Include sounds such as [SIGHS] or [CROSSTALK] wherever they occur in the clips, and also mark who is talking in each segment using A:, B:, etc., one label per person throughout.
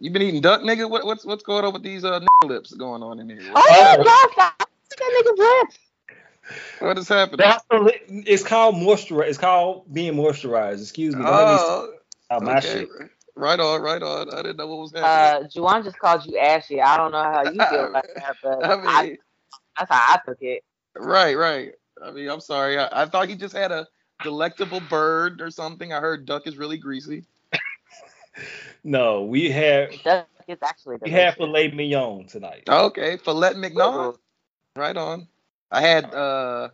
A: You been eating duck, nigga? What, what's what's going on with these uh lips going on in here?
B: Oh, yeah, God, I see that nigga's lips.
A: What is happening?
C: That's the li- it's called moisturize. It's called being moisturized. Excuse me. Don't let me
A: Oh,
C: out my
A: okay.
C: shit.
A: Right on, right on. I didn't know what was happening.
B: Uh, Juwan just called you ashy. I don't know how you feel about that, but
A: [LAUGHS] I
B: I
A: mean,
B: that's how I took it.
A: right, right. I mean, I'm sorry. I, I thought he just had a delectable bird or something. I heard duck is really greasy.
C: No, we have
B: Duck is actually
C: we have
B: delicious.
C: filet mignon tonight.
A: Okay, Filet mignon.
B: Ooh.
A: Right on. I had uh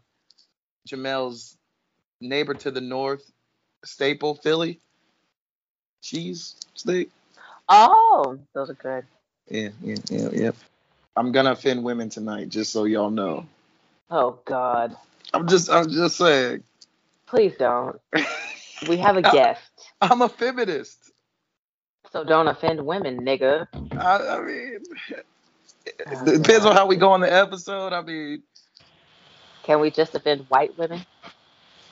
A: Jamel's neighbor to the north, staple Philly cheese steak.
B: Oh, those are good.
A: Yeah, yeah, yeah, yeah. I'm gonna offend women tonight, just so y'all know.
B: Oh God,
A: I'm just, I'm just saying.
B: please don't. We
A: [LAUGHS]
B: have a guest,
A: I'm a feminist.
B: so don't offend women, nigga.
A: I, I mean, it depends on how we go on the episode. I mean,
B: Can we just offend white women?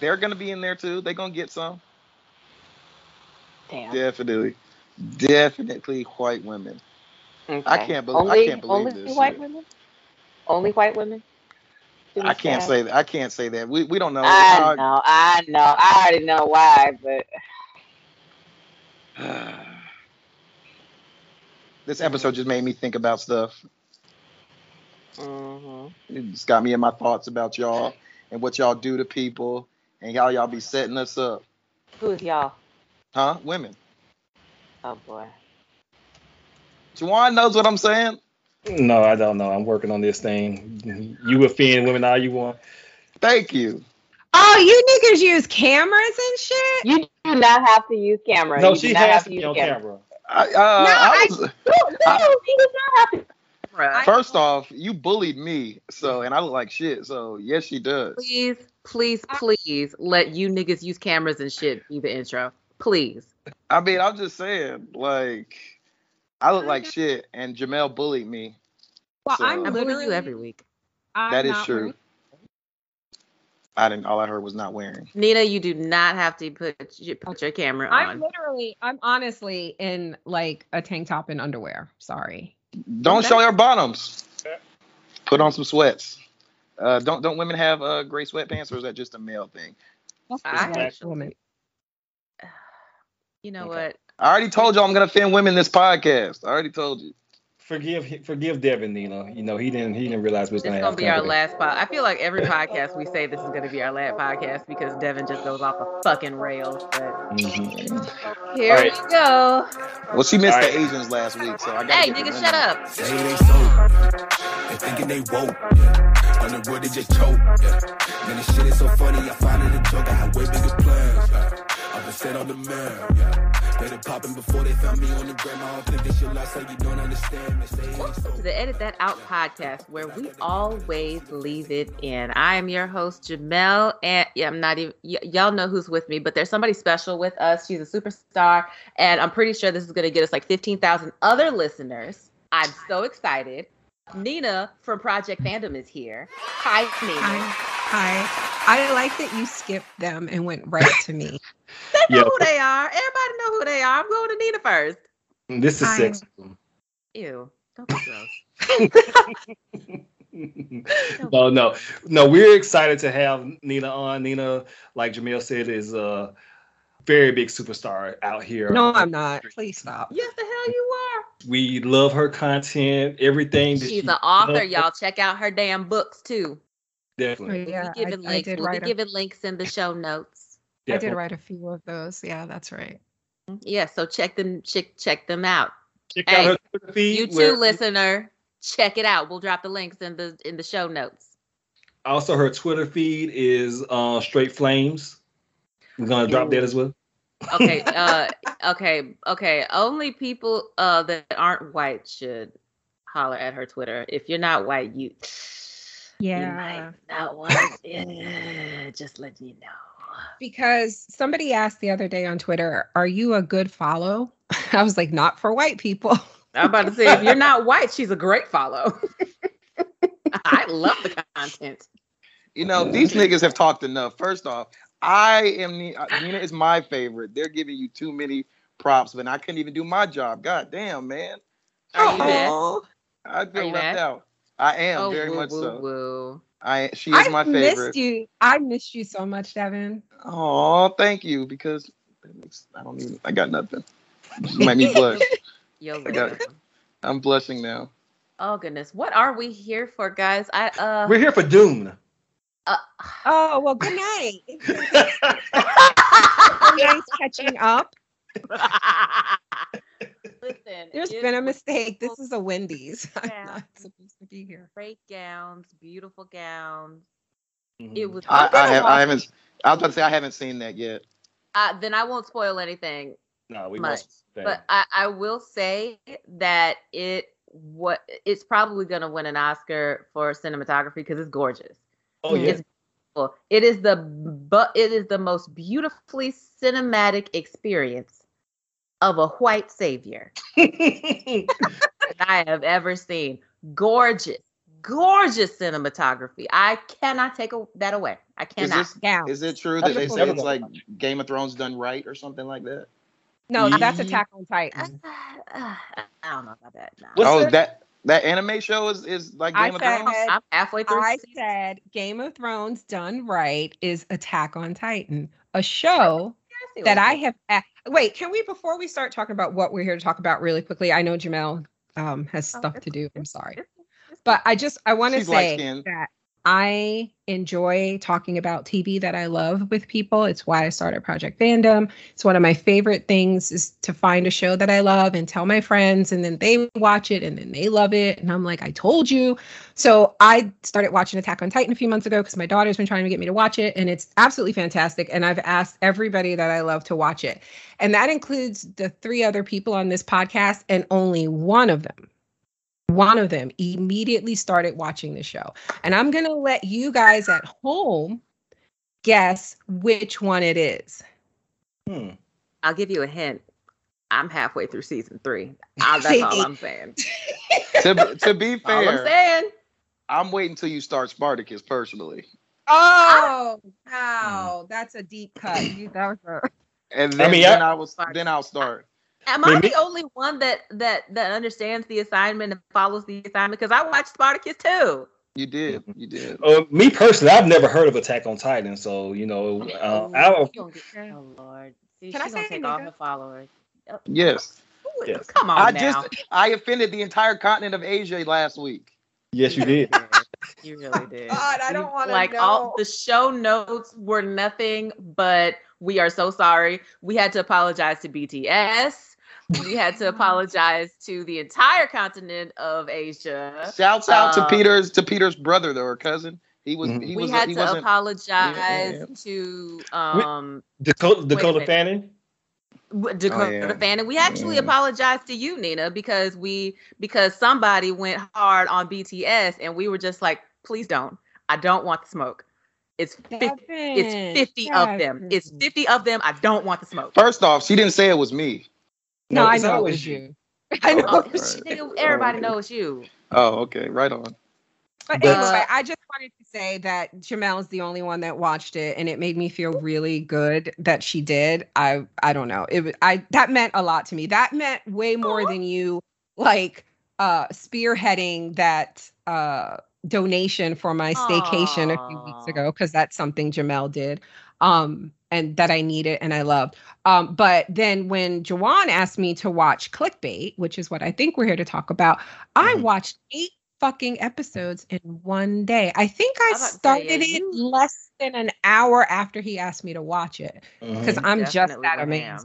A: they're gonna be in there too. They're gonna get some.
B: Damn.
A: Definitely, definitely white women.
B: Okay.
A: I can't believe- I
B: Only,
A: can't believe
B: only
A: this
B: white
A: shit.
B: women. Only white women. Do we
A: I can't say that. I can't say that. We we don't know.
B: I know, I know, I already know why, but
A: [SIGHS] this episode just made me think about stuff.
B: mhm.
A: It just got me in my thoughts about y'all and what y'all do to people and how y'all be setting us up,
B: who's y'all?
A: huh? Women.
B: Oh boy.
A: Juwan knows what I'm saying.
C: No, I don't know. I'm working on this thing. You offend women all you want.
A: Thank you.
D: Oh, you niggas use cameras and shit?
B: You do not have to use camera.
C: No,
B: you do
C: she
B: not
C: has
B: have
C: to
B: use
C: be on camera.
A: I, uh, I
D: I-
A: was,
B: No, no,
A: I-
B: you do not have to.
D: I-
A: First off, you bullied me, so and I look like shit. So yes, she does.
E: Please, please, please let you niggas use cameras and shit be the intro. Please.
A: I mean, I'm just saying, like, I look like shit, and Jamel bullied me.
D: Well,
A: So-
D: I'm
E: I bully
D: literally
E: you every week.
D: I'm
A: That is
D: not
A: true.
D: wearing-
A: I didn't. All I heard was not wearing.
E: Nina, you do not have to put put your camera
D: I'm
E: on.
D: literally, I'm honestly in like a tank top and underwear. Sorry.
A: Don't
D: Okay.
A: show your bottoms. Put on some sweats. Uh, don't don't women have uh, gray sweatpants, or is that just a male thing?
D: That's
E: I
D: just
C: actually-
D: woman.
E: You know
C: Okay.
E: what?
A: I already told you I'm gonna offend women this podcast. I already told you.
C: Forgive forgive Devin, Nina. You know he didn't he didn't realize we was
E: This
C: gonna
E: is gonna
C: have
E: be our
C: company.
E: last pod. I feel like every podcast we say this is gonna be our last podcast because Devin just goes off the fucking rails. But
C: Mhm.
E: here
C: All right.
E: we go.
A: Well, she missed
C: All right.
A: the Asians last week, so I got.
E: Hey, nigga, shut up.
F: Saying they sold. They thinking they woke. Yeah. Underwood, they just choke. Yeah. Man, this shit is so funny. I find it a joke. I had way bigger plans. Yeah. I've been set on the man. Yeah. They done popping before they found me on the gram. I don't think this your life, so you don't understand. They say it ain't
E: Welcome
F: so.
E: to the Edit That Out podcast, where we always leave it in. I am your host, Jamel, and yeah, I'm not even. Y- y'all know who's with me, but there's somebody special with us. She's a superstar, and I'm pretty sure this is going to get us like 15,000 other listeners. I'm so excited. Nina from Project Fandom is here. Hi,
D: Hi.
E: Nina.
D: Hi. I like that you skipped them and went right
E: [LAUGHS]
D: to me.
E: They know
C: Yo.
E: who they are. Everybody know who they are. I'm going to Nina first.
C: This is
D: I'm-
C: sexism.
E: Ew. Don't be gross.
C: [LAUGHS] no, no, no. We're excited to have Nina on. Nina, like Jamil said, is a very big superstar out here.
D: No, I'm not. Please stop.
E: yes, the hell you are.
C: We love her content, everything. That
E: She's
C: she
E: an author,
C: does.
E: y'all. Check out her damn books too.
C: Definitely,
D: Yeah,
E: we'll be
D: I,
E: giving
D: I
E: links.
D: did
E: we'll be
D: write. A,
E: giving links in the show notes.
D: I did
C: definitely.
D: write a few of those. Yeah, that's right.
E: Yeah, so check them check check them out.
C: Check
E: Hey,
C: out her Twitter feed.
E: You too,
C: where-
E: listener. Check it out. We'll drop the links in the in the show notes.
C: Also, her Twitter feed is uh, Straight Flames. We're gonna drop that as well.
E: Okay, uh okay, okay. Only people uh that aren't white should holler at her Twitter. If you're not white, you you might not want to just let me know.
D: Because somebody asked the other day on Twitter, "Are you a good follow?" [LAUGHS] I was like, "Not for white people."
E: I'm about to say if you're not white, she's a great follow. [LAUGHS] I love the content.
A: You know these niggas have talked enough. First off, I am Ni- uh, Nina is my favorite. They're giving you too many props, but I couldn't even do my job. God damn, man.
E: Are you
D: [LAUGHS]
E: mad?
D: Oh,
A: I feel
E: Are you
A: left
E: mad?
A: out. I am
E: oh,
A: very
E: woo,
A: much
E: woo,
A: so.
E: woo.
A: I she is
D: I
A: my
D: missed
A: favorite.
D: you. I missed you so much, Devin.
A: Oh, thank you because that makes, I don't even I got
E: [LAUGHS]
A: nothing. You made me blush.
E: Yo,
A: got
E: Lord.
A: I'm blushing now.
E: Oh goodness, what are we here for, guys? I uh,
C: [LAUGHS] We're here for Dune.
E: uh
D: Oh well, good night.
E: [LAUGHS]
D: Everybody's catching up.
E: [LAUGHS] listen.
D: There's
E: it
D: been a
E: was
D: mistake. This is a Wendy's. [LAUGHS]
E: Yeah.
D: I'm not supposed to
E: [LAUGHS]
D: be here.
E: Great gowns, beautiful gowns. It
C: Mm-hmm.
E: was.
A: Mm. I, I
D: gonna
A: have
D: watch
A: I haven't I was about to say I haven't seen that yet.
E: uh, then I won't spoil anything
C: no, we
E: much,
C: must.
E: but I, I will say that it what it's probably going to win an Oscar for cinematography because it's gorgeous.
C: oh yeah,
E: um, It's beautiful. It is the but it is the most beautifully cinematic experience of a white savior that I have ever seen. Gorgeous, gorgeous cinematography. I cannot take a, that away. I
A: Is
E: cannot.
A: this
D: Yeah.
A: is it true that they
C: Wonderful.
A: say it's like Game of Thrones done right or something like that?
D: No, that's
C: Mhm.
D: Attack on
E: Uh, [LAUGHS]
D: Titan.
E: uh, [SIGHS] I don't know about that. no.
C: What's
A: oh,
C: that?
A: that? that anime show is is like
D: I
A: Game of
D: said-
A: Thrones.
E: I'm halfway through.
D: I
E: season-
D: said Game of Thrones done right is Attack on Titan, a show
E: I see what
D: that I
E: you're
D: have. a- Wait, can we before we start talking about what we're here to talk about really quickly? I know Jamel um, has
E: Oh,
D: stuff
E: it's-
D: to do. I'm sorry,
E: it's- it's-
D: but I just I want to
A: She's
D: say
A: light-skinned.
D: that I enjoy talking about TV that I love with people. It's why I started Project Fandom. It's one of my favorite things is to find a show that I love and tell my friends, and then they watch it and then they love it, and I'm like, I told you. So I started watching Attack on Titan a few months ago because my daughter's been trying to get me to watch it, and it's absolutely fantastic. And I've asked everybody that I love to watch it, and that includes the three other people on this podcast, and only one of them, one of them immediately started watching the show. And I'm gonna let you guys at home guess which one it is.
C: Hmm.
E: I'll give you a hint. I'm halfway through season three. [LAUGHS] I, that's
D: See?
E: all I'm saying.
A: to, to be
E: [LAUGHS] All I'm
A: fair,
E: saying.
A: I'm waiting till you start Spartacus personally,
D: Oh wow, that's a deep [CLEARS THROAT] cut. You- that was
E: [LAUGHS]
D: a-
A: and then,
C: mean,
A: then
C: I-
A: I will then I'll start.
E: Am
C: Wait,
E: I
C: me-
E: the only one that that that understands the assignment and follows the assignment? Because I watched Spartacus too.
A: You did, you did.
C: Uh, me personally, I've never heard of Attack on Titan, so you know,
E: Oh,
C: uh, I,
E: She gonna get- oh Lord, See,
D: Can I
E: she gonna
D: say
E: take all
D: nigga?
E: her followers.
A: Yes,
E: Ooh,
C: Yes.
E: Come on
A: I
E: now.
A: just I offended the entire continent of Asia last week.
E: [LAUGHS]
C: yes, you did.
E: You really did. [LAUGHS]
D: God, I
E: You-
D: don't wanna
E: like all
D: know.
E: the show notes were nothing but we are so sorry. We had to apologize to BTS. We had
D: [LAUGHS]
E: to apologize to the entire continent of Asia.
A: Shouts out
E: Uh,
A: to Peter's to Peter's brother though, or cousin. He was
C: Mhm.
A: he
E: we
A: was
E: had
A: he
E: to
A: wasn't.
E: apologize
A: yeah.
E: to um
C: Dakota, Dakota
E: minute.
C: Fanning.
E: w- Dakota
A: Oh, yeah. Mm.
E: Fanning. We actually
A: Yeah.
E: apologized to you, Nina, because we because somebody went hard on BTS, and we were just like, please don't. I don't want the smoke. It's 50, it's fifty of them. It's
D: Devin.
E: fifty of them. I don't want the smoke.
A: First off, she didn't say it was me.
D: No,
C: No,
D: I
C: it's
D: know it
C: always
D: was
C: you.
D: you.
E: [LAUGHS]
D: I know.
E: Oh,
D: it was you.
A: Right.
E: nigga, everybody knows you.
A: Oh, okay, right on.
D: But
C: But-
D: anyway, I just wanted to say that Jamel is the only one that watched it, and it made me feel really good that she did. I I don't know. It wa- I that meant a lot to me. That meant way more than you like uh spearheading that uh donation for my staycation a few weeks
E: Aw.
D: ago because that's something Jamel did. Um and that I needed and I loved. Um, but then when Jawan asked me to watch Clickbait, which is what I think we're here to talk about, I
C: Mhm.
D: watched eight fucking episodes in one day. I think I
E: I'm about to say,
D: started
E: yeah,
D: it
E: you-
D: less than an hour after he asked me to watch it because
C: Mhm.
D: I'm just
E: definitely
D: that
E: went
D: amazing.
E: ham.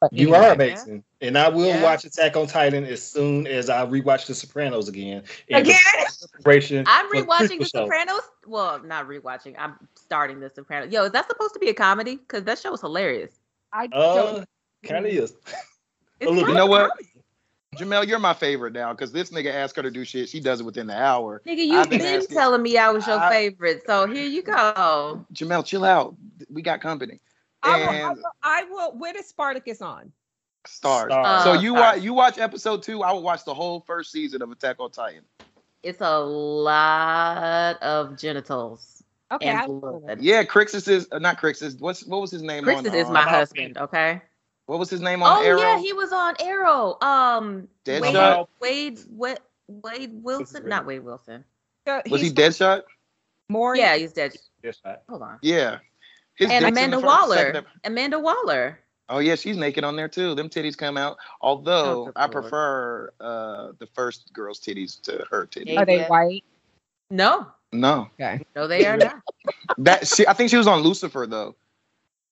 D: But
C: You
D: anyway.
C: are amazing, and I will
E: Yeah.
C: watch Attack on Titan as soon as I rewatch The Sopranos again. in
D: again.
C: preparation
E: [LAUGHS] I'm
C: for the
E: rewatching The
C: Christmas show.
E: Sopranos. Well, not rewatching. I'm starting The Sopranos. Yo, is that supposed to be a comedy? Because that show is hilarious.
D: I don't.
C: Uh, kind of is.
E: It's
C: Oh, look,
E: kind
A: You
E: of
A: know
E: a
A: what?
E: comedy.
A: Jamel, you're my favorite now because this nigga asked her to do shit. She does it within the hour.
E: Nigga, you've
A: I've been
E: been,
A: asking-
E: telling me I was your
A: I-
E: favorite, so here you go.
A: Jamel, chill out. We got company.
D: I will, I
A: And-
D: will. I will. Where is Spartacus on?
A: Stars.
C: Stars.
A: so
E: Uh,
A: you
E: stars.
A: watch you watch episode two. I will watch the whole first season of Attack on Titan.
E: It's a lot of genitals
D: Okay. I
E: and
D: will.
E: blood.
A: Yeah, Crixus is uh, not Crixus. What's what was his name? on,
E: Chris's is
A: uh,
E: my
C: About
E: husband, okay?
A: What was his name on
E: Oh
A: Arrow?
E: yeah, he was on Arrow. Um, Wade,
A: Deadshot?
E: Wade, Wade, Wade Wilson, not Wade Wilson.
D: So
A: was he
D: he's
A: Deadshot?
D: More
E: Yeah, he's dead.
C: Yes, I-
E: Hold on.
A: Yeah. His
E: And
A: dick's in the
E: Amanda
A: first-
E: Waller.
A: second ep-
E: Amanda Waller.
A: Oh yeah, she's naked on there too. Them titties come out. Although
E: Oh, good
A: I
E: Lord.
A: prefer uh the first girl's titties to her titties.
E: Yeah.
D: Are they
E: Yeah.
D: white?
E: No,
A: No,
E: no, they are not.
A: that she. I think she was on Lucifer though.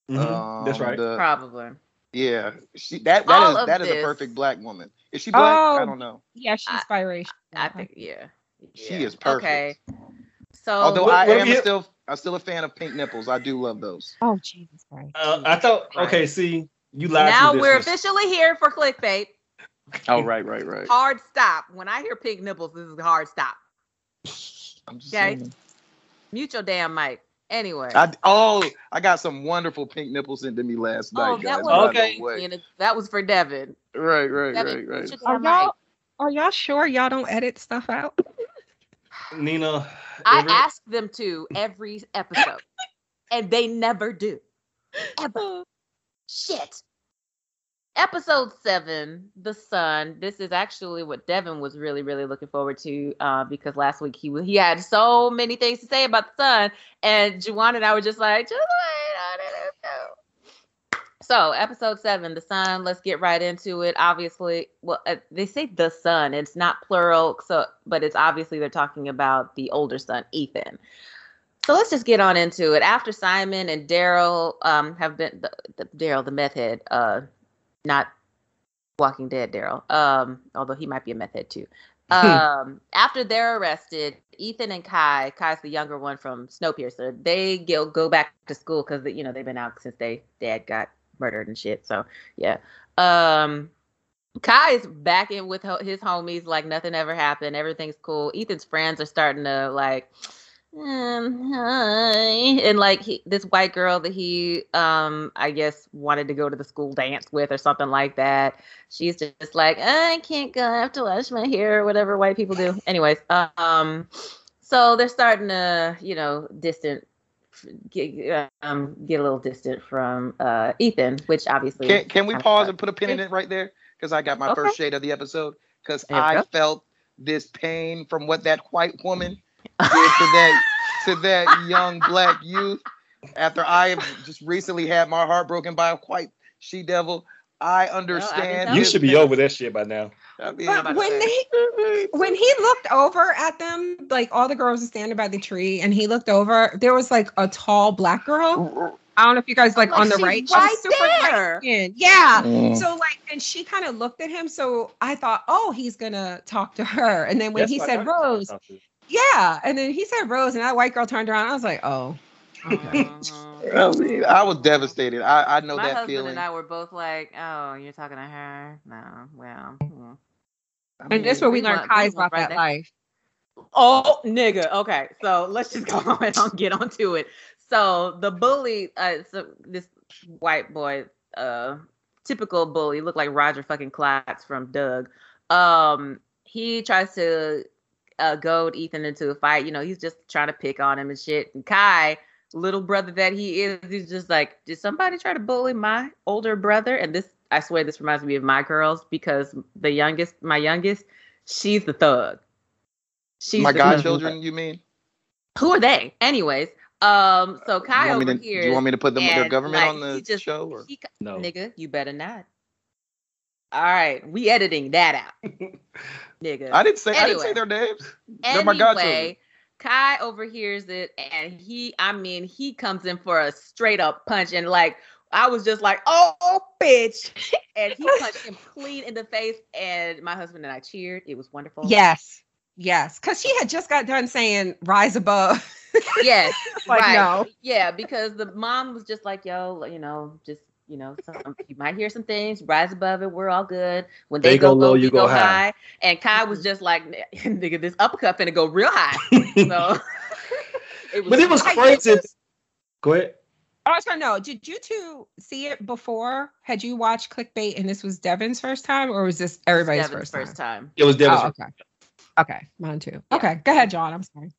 C: Mhm. That's
A: Um,
C: right.
A: the-
E: Probably.
A: yeah, she that
E: All
A: that is
E: of
A: that is a
E: this-
A: perfect black woman. Is she black? I
D: Oh.
A: don't know.
D: Yeah, she's
E: I-
D: biracial.
E: I think yeah.
A: She
E: Yeah.
A: is perfect.
E: Okay. So
A: Although
C: what-
A: I
C: what
A: am
C: if-
A: still I'm still a fan of pink nipples. I do love those.
D: Oh Jesus Christ!
C: Uh, I thought.
E: Right.
C: Okay, see, you lied.
E: now
C: to
E: we're
C: this one.
E: officially here for clickbait.
A: Oh right, right, right.
E: Hard stop. When I hear pink nipples, this is a hard stop.
A: I'm just
E: Okay.
A: saying.
E: Mute your damn mic. Anyway.
A: I oh I got some wonderful pink nipples sent to me last night,
E: Oh,
A: guys.
E: that
A: by
E: was
A: the
C: Okay.
A: way.
E: And that was for Devin.
A: Right, right,
E: Devin,
A: right, right.
E: mute your
D: Are
E: damn mic.
D: y'all are y'all sure y'all don't edit
E: [LAUGHS]
D: stuff out?
C: Nina.
E: I
C: every-
E: ask them to every episode, and they never do.
D: [LAUGHS]
E: Ever. Shit. Episode seven, The Sun. This is actually what Devin was really, really looking forward to uh, because last week he was, he had so many things to say about The Sun, and Juwan and I were just like, just wait on it. let's go." So, episode seven, The Sun. Let's get right into it. Obviously, well, uh, they say The Sun. It's not plural, so but it's obviously they're talking about the older son, Ethan. So let's just get on into it. After Simon and Daryl um, have been the, the, Daryl, the meth head, uh, not Walking Dead Daryl, um, although he might be a meth head too. Um, after they're arrested, Ethan and Kai, Kai's the younger one from Snowpiercer, they go go back to school because you know they've been out since they dad got murdered and shit. So yeah. Um, Kai is back in with ho- his homies like nothing ever happened. Everything's cool. Ethan's friends are starting to like, um, hi. and like he, this white girl that he, um, I guess wanted to go to the school dance with or something like that. She's just like, I can't go. I have to wash my hair or whatever white people do. Anyways, um, so they're starting to, you know, distant. Get, um, get a little distant from uh, Ethan, which obviously
A: Can, can we
E: kinda
A: pause
E: sucks.
A: and put a pin in it right there? Because I got my
E: Okay.
A: first shade of the episode. Because
E: There you
A: I
E: go.
A: felt this pain from what that white woman did to that to that young black youth. After I have just recently had my heart broken by a white she devil, I understand.
E: that
C: You
E: was-
C: should be over that shit by now.
A: I mean,
D: But when
A: they,
D: they when he looked over at them, like all the girls were standing by the tree, and he looked over, there was like a tall black
A: Oh.
D: girl.
E: Ah.
D: I don't know if you guys like
E: Like,
D: on the
E: she's
D: right. She's
E: right
D: super light
E: there.
D: skinned. Yeah.
A: Mm.
D: So like, and she kind of looked at him. So I thought, oh, he's gonna talk to her. And then when
C: That's
D: he
C: why
D: said
C: Dr.
D: Rose,
C: Thompson-
D: yeah. And then he said Rose, and that white girl turned around. I was like, oh,
E: [LAUGHS]
A: I, mean, I was devastated. I, I know
E: Um, My
A: that
E: husband
A: feeling.
E: and I were both like, "Oh, you're talking to her? No, well." mm.
A: I
D: and that's
A: mean,
D: where we
E: we
D: learned
E: want-
D: Kai's
E: we want
D: about
E: right
D: that
E: next-
D: life.
E: Oh, nigga. Okay, so let's just [LAUGHS] go on and get onto it. So the bully, uh, so this white boy, uh, typical bully, looked like Roger fucking Klotz from Doug. Um, he tries to uh, goad Ethan into a fight. You know, he's just trying to pick on him and shit. And Kai, little brother that he is, he's just like, did somebody try to bully my older brother? And this, I swear, this reminds me of my girls because the youngest, my youngest, she's the thug. She's
A: my
E: the thug.
A: godchildren, you mean?
E: Who are they? Anyways, um, so
A: Do you
E: Kai
A: want me
E: over
A: to,
E: here.
A: do you want me to put them, their
E: and,
A: government
E: like,
A: on the
E: he just-
A: show? Or?
E: he ca-
C: No.
E: nigga, you better not. All right, we editing that
A: [LAUGHS]
E: out, nigga.
A: I didn't say I didn't say
E: Anyway.
A: their names. They're my godchildren.
E: Anyway, Kai overhears it and he, I mean, he comes in for a straight up punch and like, I was just like, oh, bitch. [LAUGHS] And he punched him clean in the face. And my husband and I cheered. It was wonderful.
D: Yes. Yes. Cause she had just got done saying rise above. [LAUGHS]
E: Yes.
D: like,
E: right.
D: no.
E: Yeah, because the mom was just like, yo, you know, just, you know, some, um, you might hear some things, rise above it, we're all good. When they, go, low, you go, high. And Kai was just like, [LAUGHS] nigga, this uppercut finna go real [LAUGHS] high. So it
C: but it was
D: Like,
C: crazy. Go ahead.
D: I was gonna know. Did you two see it before? Had you watched Clickbait and this was Devin's first time, or was this everybody's
E: Devin's
D: first, time?
C: It was
D: Oh,
C: devastating.
D: okay. Okay, mine too. Okay, go ahead, John. I'm sorry.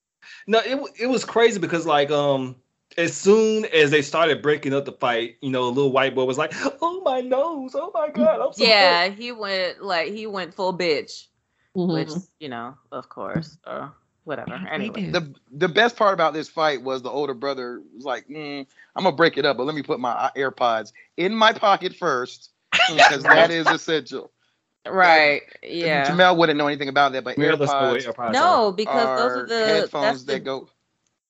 C: No, it wa- it was crazy because like um as soon as they started breaking up the fight, you know, a little white boy was like, "Oh my nose! Oh my god! I'm so hurt."
E: yeah, he went like he went full bitch, which
D: Mhm.
E: you know, of course, or whatever.
D: Yeah, they
E: Anyway,
D: do.
A: The the best part about this fight was the older brother was like, mm, "I'm gonna break it up, but let me put my uh, AirPods in my pocket
E: [LAUGHS]
A: first because that is essential."
E: right? Yeah.
A: Jamel wouldn't know anything about that, but
C: We're the
A: AirPods
C: story of
E: No, because
A: are
E: those are the that's
A: headphones
E: the
A: that go.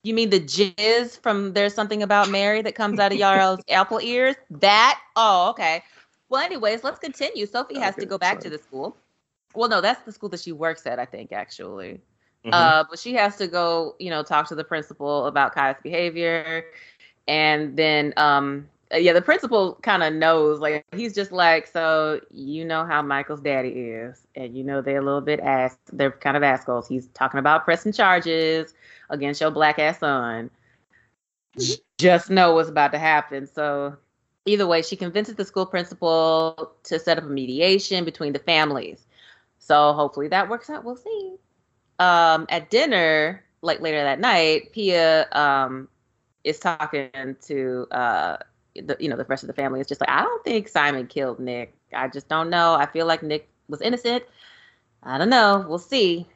E: You mean the jizz from There's Something About Mary that comes out of y'all's apple ears? That? Oh, okay. Well, anyways, let's continue. Sophie has to
A: Okay,
E: go back
A: sorry.
E: to the school. Well, no, that's the school that she works at, I think, actually.
C: Mhm.
E: Uh, but she has to go, you know, talk to the principal about Kai's behavior. And then, um, uh, yeah, the principal kind of knows. Like, he's just like, so you know how Michael's daddy is. And you know they're a little bit ass. They're kind of assholes. He's talking about pressing charges against your black ass son. Just know what's about to happen. So, either way, she convinces the school principal to set up a mediation between the families. So, hopefully that works out. We'll see. Um, at dinner, like later that night, Pia um, is talking to uh, the you know the rest of the family. It's just like I don't think Simon killed Nick. I just don't know. I feel like Nick was innocent. I don't know. We'll see.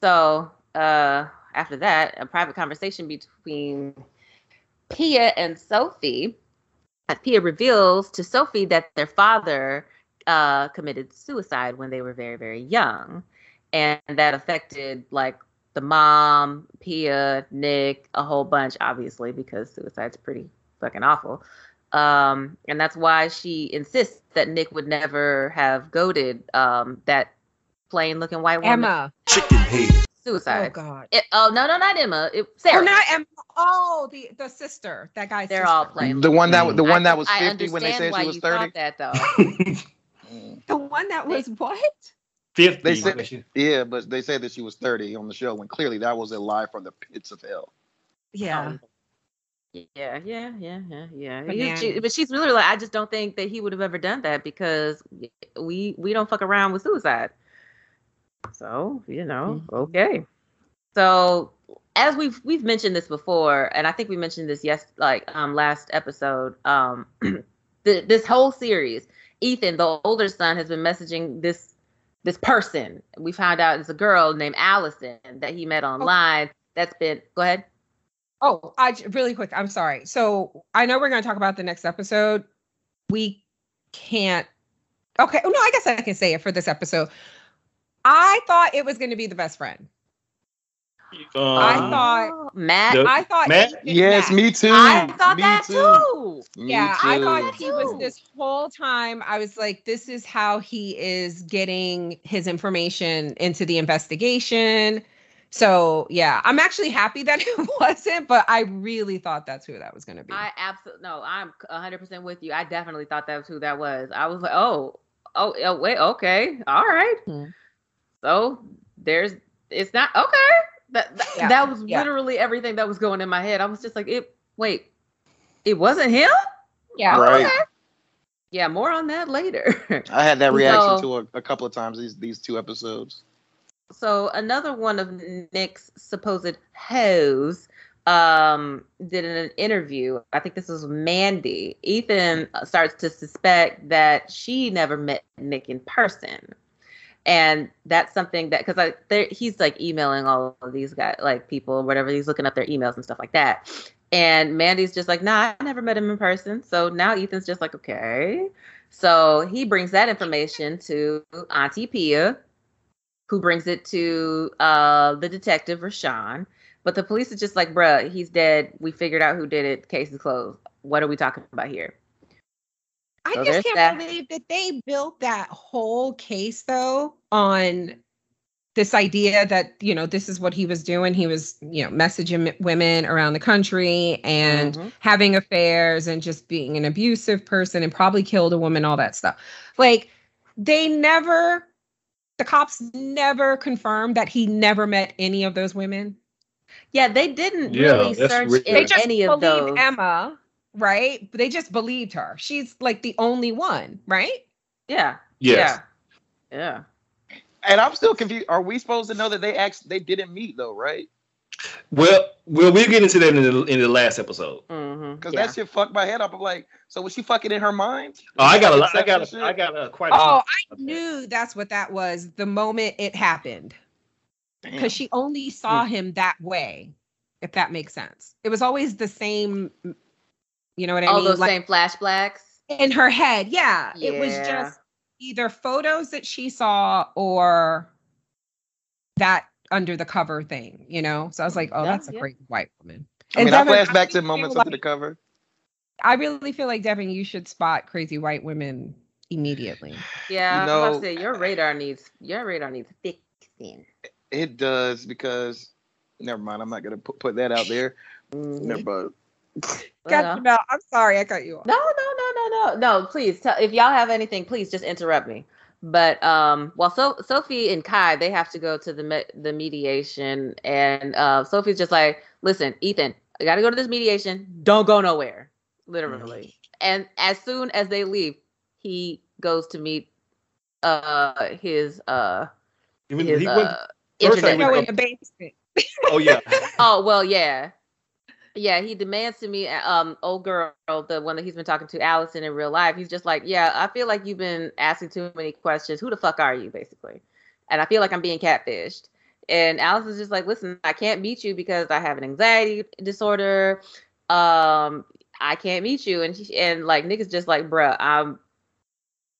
E: So uh, after that, a private conversation between Pia and Sophie. Uh, Pia reveals to Sophie that their father uh, committed suicide when they were very, very young, and that affected like the mom, Pia, Nick, a whole bunch, obviously, because suicide's pretty fucking awful. Um, and that's why she insists that Nick would never have goaded um, that plain-looking white woman
D: Emma.
F: Chicken head.
D: Oh
E: suicide.
D: God.
E: It- oh no, no, not Emma. It, Sarah.
D: Or not Emma. Oh, the the sister. That guy's
E: They're
D: sister.
E: all playing.
A: The one that
C: Mm.
A: the one
E: I-
A: that was
E: I
A: 50 when they
E: understand
A: said
E: why
A: she was
E: you
A: 30.
E: thought That though.
A: [LAUGHS] Mm.
D: The one that was what?
C: Fifty.
A: They said-
C: when she-
A: Yeah, but they said that she was 30 on the show when clearly that was a lie from the pits of hell.
D: Yeah.
E: Yeah, yeah, yeah, yeah, yeah.
D: But
E: You-
D: now-
E: she- but she's really like, I just don't think that he would have ever done that because we we don't fuck around with suicide. So you know,
D: Mm-hmm.
E: okay. So as we've we've mentioned this before, and I think we mentioned this yes, like um last episode. Um, [CLEARS THROAT] th- this whole series, Ethan, the older son, has been messaging this this person. We found out it's a girl named Allison that he met online. That's been go ahead.
D: Oh, I j- really quick. I'm sorry. So I know we're going to talk about the next episode. We can't. Okay. Oh, no, I guess I can say it for this episode. I thought it was going to be the best friend. I
C: Um,
D: thought-
E: Uh, Matt.
C: Nope.
D: I thought.
C: Matt?
D: Ethan-
A: Yes,
D: Matt.
A: me too.
E: I thought
A: me
E: that too.
A: Me
D: Yeah, I thought
A: too.
D: he was this whole time. I was like, this is how he is getting his information into the investigation. So yeah, I'm actually happy that [LAUGHS] it wasn't, but I really thought that's who that was going to be.
E: I absolutely no. I'm 100 percent with you. I definitely thought that was who that was. I was like, oh, oh, oh wait, okay, all right.
D: Hmm.
E: So there's, it's not okay. That that,
D: Yeah,
E: that was
D: yeah.
E: literally everything that was going in my head. I was just like, it. Wait, it wasn't him.
D: yeah,
A: Right.
E: Yeah, more on that later. [LAUGHS]
A: I had that reaction
E: No.
A: to a, a couple of times these these two episodes.
E: So another one of Nick's supposed hoes um, did an interview. I think this was Mandy. Ethan starts to suspect that she never met Nick in person, and that's something that because I there, he's like emailing all of these guys, like people, whatever. He's looking up their emails and stuff like that. And Mandy's just like, nah, I never met him in person. So now Ethan's just like, okay. So he brings that information to Auntie Pia, who brings it to uh, the detective Rashawn. But the police is just like, bruh, he's dead. We figured out who did it. Case is closed. What are we talking about here?
D: I
E: So
D: just
E: there's
D: can't
E: that.
D: believe that they built that whole case though on this idea that you know this is what he was doing. He was you know messaging m- women around the country and
E: Mhm.
D: having affairs and just being an abusive person and probably killed a woman, all that stuff. Like they never, the cops never confirmed that he never met any of those women.
E: yeah, they didn't
C: Yeah,
E: really
C: that's
E: search
C: weird.
E: in
C: They
E: any of
D: believed
E: those.
D: Emma, right? They just believed her. She's like the only one, right?
E: yeah,
C: Yes.
E: yeah, yeah.
A: And I'm still confused. Are we supposed to know that they actually they didn't meet though, right?
C: Well, well, we'll get into that in the, in the last episode.
E: Mm-hmm.
A: Cause that shit fucked my head up. I'm like, so was she fucking in her mind?
C: Oh, I got a lot. I got. A, I got a quite. A
D: Oh,
C: lot
D: I
C: about that.
D: knew that's what that was the moment it happened
A: Damn. Hmm.
D: because she only saw him that way, if that makes sense. It was always the same, you know what I
E: All
D: mean?
E: those
D: Like,
E: same flashbacks.
D: in her head. Yeah, it was
E: Yeah.
D: just either photos that she saw or that under the cover thing, you know? So I was like, oh,
E: Yeah,
D: that's a
E: yeah.
D: great white woman.
A: I
D: And
A: mean, I
D: Devin,
A: flash back to
D: really
A: moments
D: feel
A: under the
D: like-
A: cover.
D: I really feel like, Devin, you should spot crazy white women
A: [SIGHS]
D: immediately.
E: Yeah,
A: You
E: I was about
A: know-
E: to say your radar needs your radar needs fixing.
A: It does because. Never mind. I'm not gonna put, put that out there.
E: Mm-hmm.
A: Never mind.
D: Got
E: Well,
D: Jamel, I'm sorry I cut you off.
E: No, no, no, no, no, no. Please tell if y'all have anything, please just interrupt me. But um, well, so Sophie and Kai they have to go to the me- the mediation, and uh, Sophie's just like, listen, Ethan, I got to go to this mediation. Don't go nowhere, literally. And as soon as they leave, he goes to meet uh his uh
C: He went-
E: his
C: he went-
E: uh,
C: first
E: internet.
C: thing we
D: No,
C: go-
D: in the basement.
C: oh
D: [LAUGHS]
C: yeah.
E: Oh well, yeah, yeah. He demands to me, um, old girl, the one that he's been talking to, Allison, in real life. He's just like, yeah, I feel like you've been asking too many questions. Who the fuck are you, basically? And I feel like I'm being catfished. And Allison's just like, listen, I can't meet you because I have an anxiety disorder. Um, I can't meet you. And she, and like Nick is just like, bruh, um,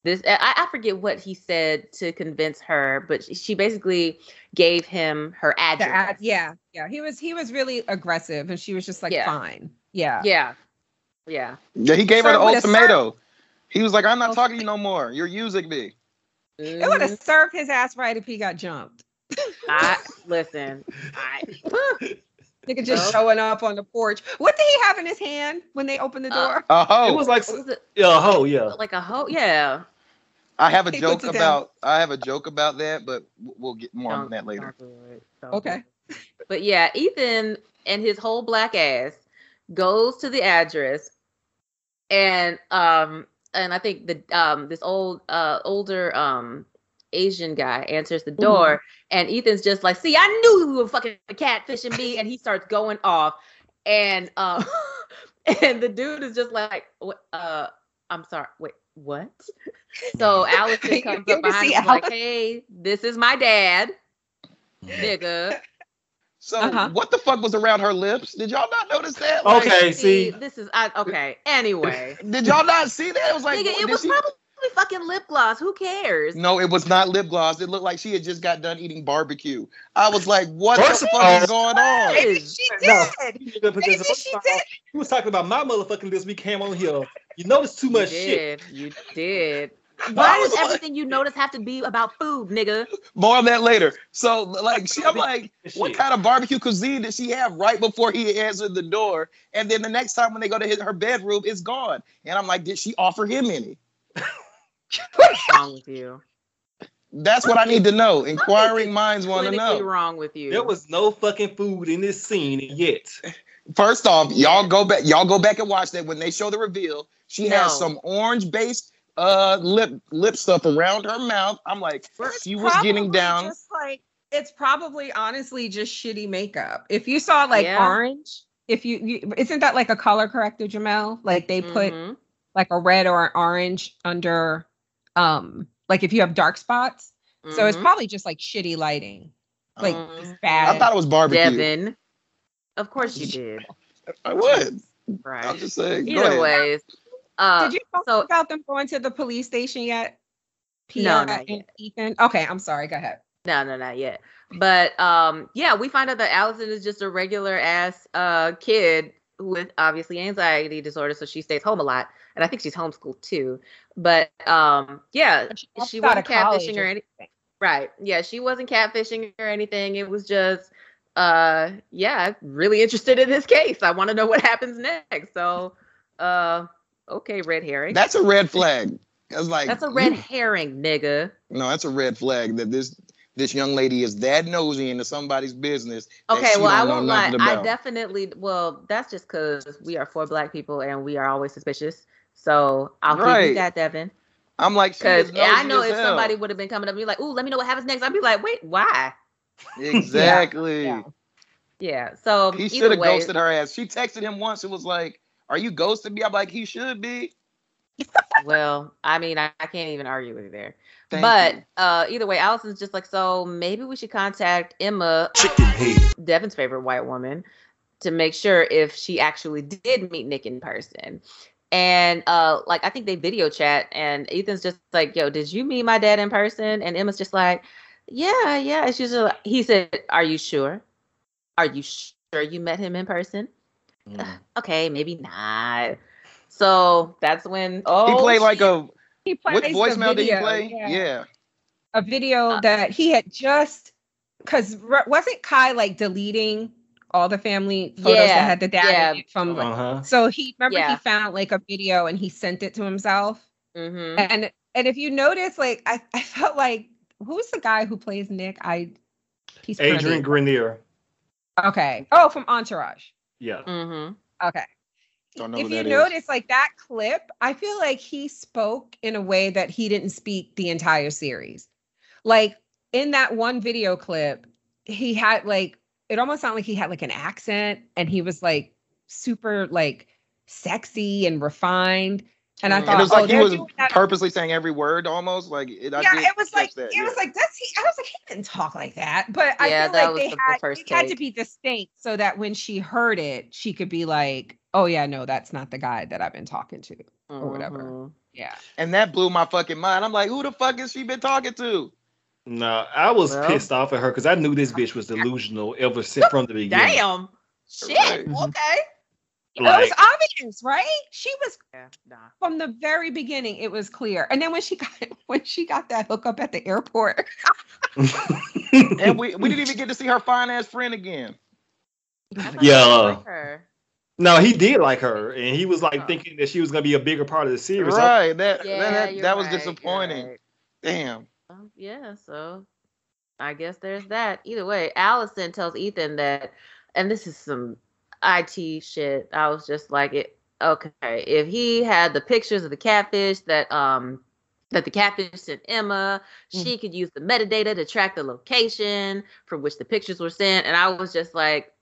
E: this I, I forget what he said to convince her, but she, she basically gave him her
D: The
E: address.
D: ad- yeah, yeah. He was he was really aggressive and she was just like
E: Yeah.
D: fine. Yeah.
E: Yeah. Yeah.
A: Yeah, he gave her
D: Sir,
A: the
D: with a sir- Oh,
A: ultimatum. He was like, "I'm not
D: Okay.
A: talking to you no more. You're using me."
D: It would have served his ass right if he got jumped.
E: Mm, I listen. I
D: Nigga just
E: Well-
D: showing up on the porch. What did he have in his hand when they opened the
E: Uh,
D: door?
A: Uh
C: It
A: oh.
C: was like
E: what was it?
C: yeah, a hoe, yeah.
E: Like a hoe? Yeah.
A: I have a
D: He
A: joke
D: puts it down.
A: about I have a joke about that, but w- we'll get more on
E: Don't-
A: that later.
E: don't do it. Don't do
D: okay.
E: it. [LAUGHS] But yeah, Ethan and his whole black ass goes to the address and um and I think the um this old uh older um Asian guy answers the door and Ethan's just like, see, I knew you were fucking catfishing me, and he starts going off. And uh [LAUGHS] and the dude is just like, "Wh- uh, I'm sorry, wait, what? [LAUGHS] So Allison
D: You
E: comes
D: came
E: up
D: to
E: behind
D: see
E: him like,
D: Allison?
E: hey, this is my dad, nigga.
A: So
D: Uh-huh.
A: what the fuck was around her lips? Did y'all not notice that? Like,
C: [LAUGHS] Okay, see,
E: this is I, okay.
D: [LAUGHS]
E: Anyway,
A: Did y'all not see that? It was like
E: nigga,
A: what-
E: it
A: did
E: was
A: she-
E: probably fucking lip gloss. Who
A: [LAUGHS]
E: cares?
A: No, it was not lip gloss. It looked like she had just got done eating barbecue. I was like, what
C: First
A: the
C: of
A: fuck is going on?
D: Maybe
E: Liz.
D: she did.
C: No. You gonna put
D: Maybe
C: this-
D: she did.
C: He was talking about my motherfucking this. We came on here. You notice too much
E: you
C: shit.
E: did. You
C: [LAUGHS]
E: did.
C: I
E: Why
C: was
E: does
C: like-
E: everything you notice have to be about food,
C: [LAUGHS]
E: nigga?
A: More on that later. So like she I'm like, what
C: Shit.
A: kind of barbecue cuisine did she have right before he answered the door? And then the next time when they go to his, her bedroom, it's gone. And I'm like, did she offer him any?
E: What's wrong with you?
A: That's what I need to know. Inquiring minds want to
E: Clinically
A: know.
E: wrong with you.
C: There was no fucking food in this scene
D: [LAUGHS]
C: yet.
A: First off, y'all go back. Y'all go back and watch that when they show the reveal. She has
E: No.
A: some orange based uh lip lip stuff around her mouth. I'm like, she was getting
D: Probably
A: down.
D: just, like, it's probably honestly just shitty makeup. If you saw like
E: Yeah.
D: orange, if you, you isn't that like a color corrector, Jamel? Like they put
E: Mhm.
D: like a red or an orange under um like if you have dark spots. So it's
E: Mhm.
D: probably just like shitty lighting. Like
E: Mhm.
D: just bad.
A: I thought it was barbecue.
E: Devin. Of course
C: [LAUGHS]
E: you did.
A: I would. I'm
E: Right.
A: just saying. Go
E: Either
A: ahead.
E: ways. Uh,
D: Did you talk
E: so-
D: about them going to the police station yet?
E: No,
D: Pia
E: not
D: and
E: yet.
D: Ethan. Okay, I'm sorry. Go ahead.
E: no, no, not yet. But um, yeah, we find out that Allison is just a regular ass uh kid with obviously anxiety disorder, so she stays home a lot, and I think she's homeschooled too. But um, yeah, she wasn't catfishing or anything. Right. Yeah, she wasn't catfishing or anything. It was just uh yeah, really interested in this case. I want to know what happens next. So uh okay, red herring.
A: That's a red flag. That's like
E: That's a red herring, nigga.
A: No, that's a red flag that this this young lady is that nosy into somebody's business. that
E: Okay,
A: she
E: well, I
A: don't know
E: won't lie.
A: nothing
E: I
A: about.
E: definitely, well, that's just because we are four black people and we are always suspicious. So I'll give
A: Right.
E: you that, Devin.
A: I'm like, she
E: Because
A: is
E: I
A: nosy
E: know
A: as
E: if
A: hell.
E: somebody [LAUGHS] would have been coming up and be like, ooh, let me know what happens next, I'd be like, wait, why?
A: exactly.
D: Yeah.
E: Yeah. So
A: He
E: either
A: should have
E: way-
A: ghosted her ass. She texted him once. It was like, "Are you ghosting me?" I'm like, "He should be."
E: Well, I mean, I, I can't even argue with you there.
A: Thank
E: but
A: you.
E: uh either way, Allison's just like, so maybe we should contact Emma,
F: Chicken head.
E: Devin's favorite white woman, to make sure if she actually did meet Nick in person. And uh like I think they video chat and Ethan's just like, Yo, did you meet my dad in person? And Emma's just like, Yeah, yeah. And she's just like, he said, Are you sure? Are you sure you met him in person?
C: Mm.
E: Okay, maybe not. So that's when oh
A: he played like a
D: He
A: what
D: plays a
A: voicemail did he
D: video,
A: play? Yeah.
D: a video
E: Uh,
D: that he had just because wasn't Kai like deleting all the family photos
E: Yeah,
D: that had the dad
E: yeah.
D: in it from like,
C: Uh-huh.
D: so he remember
E: Yeah.
D: he found like a video and he sent it to himself
E: mhm.
D: and and if you notice like I, I felt like who's the guy who plays Nick I he's pretty.
C: Adrian Grenier.
D: okay oh from Entourage
C: Yeah.
D: Mm.
E: Mm-hmm.
D: okay
A: Don't know who
D: if you
A: that is.
D: notice like that clip i feel like he spoke in a way that he didn't speak the entire series like in that one video clip he had like it almost sounded like he had like an accent and he was like super like sexy and refined and i
E: Mm.
A: And
D: thought
A: it was
D: oh,
A: like he
D: they're
A: was
D: doing that-
A: purposely saying every word almost. Like it, I
D: yeah,
A: did
D: it was
A: catch
D: like
A: that,
D: it
A: yeah.
D: was like that's he. I was like he didn't talk like that, but I
E: Yeah,
D: feel
E: that
D: like
E: was
D: they
E: the- the
D: had
E: first
D: it had to
E: take.
D: be distinct so that when she heard it, she could be like, "Oh yeah, no, that's not the guy that I've been talking to." Or whatever.
E: Mm-hmm.
D: Yeah,
A: and that blew my fucking mind. I'm like, who the fuck has she been talking to?
C: No, I was
E: Well.
C: pissed off at her because I knew this bitch was delusional ever since from
D: [LAUGHS]
C: the beginning.
E: Damn. Shit.
A: Right.
E: Okay.
C: Like,
D: it was obvious, right? She was
E: Yeah, nah.
D: from the very beginning. It was clear, and then when she [LAUGHS] got when she got that hookup at the airport, [LAUGHS]
A: And we, we didn't even get to see her fine ass friend again.
C: Yeah.
E: uh, her.
C: no, he did like her, and he was like
E: Oh.
C: thinking that she was gonna be a bigger part of the series. [LAUGHS] I-
A: Right. [LAUGHS] That
E: Yeah,
A: that,
E: you're
A: that, that was
E: right, you're
A: disappointing.
E: right.
A: Damn.
E: Well, Yeah, so I guess there's that. Either way, Allison tells Ethan that, and this is some IT shit. I was just like, it okay. If he had the pictures of the catfish that um that the catfish sent Emma,
A: Mm.
E: she could use the metadata to track the location from which the pictures were sent. And I was just like,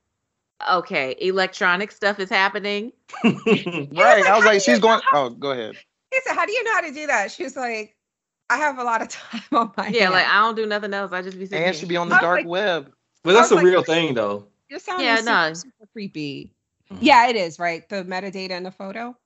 E: okay, electronic stuff is happening.
A: Right. I was
D: how
A: like,
D: do you
A: she's going. Oh, go ahead.
D: He said, "How do you know how to do that?" She was like, "I have a lot of [LAUGHS] time on my
E: Yeah,
D: hands."
E: like I don't do nothing else. I just be sitting
A: And
E: here.
A: she be on the
D: I was
A: dark
D: like-
A: web.
C: but that's a
D: I was like-
C: real thing, though.
D: You're sounding
E: Yeah,
D: super,
E: no.
D: super creepy.
C: Mhm.
A: Mm-hmm.
D: Yeah, it is, right? The metadata in the photo.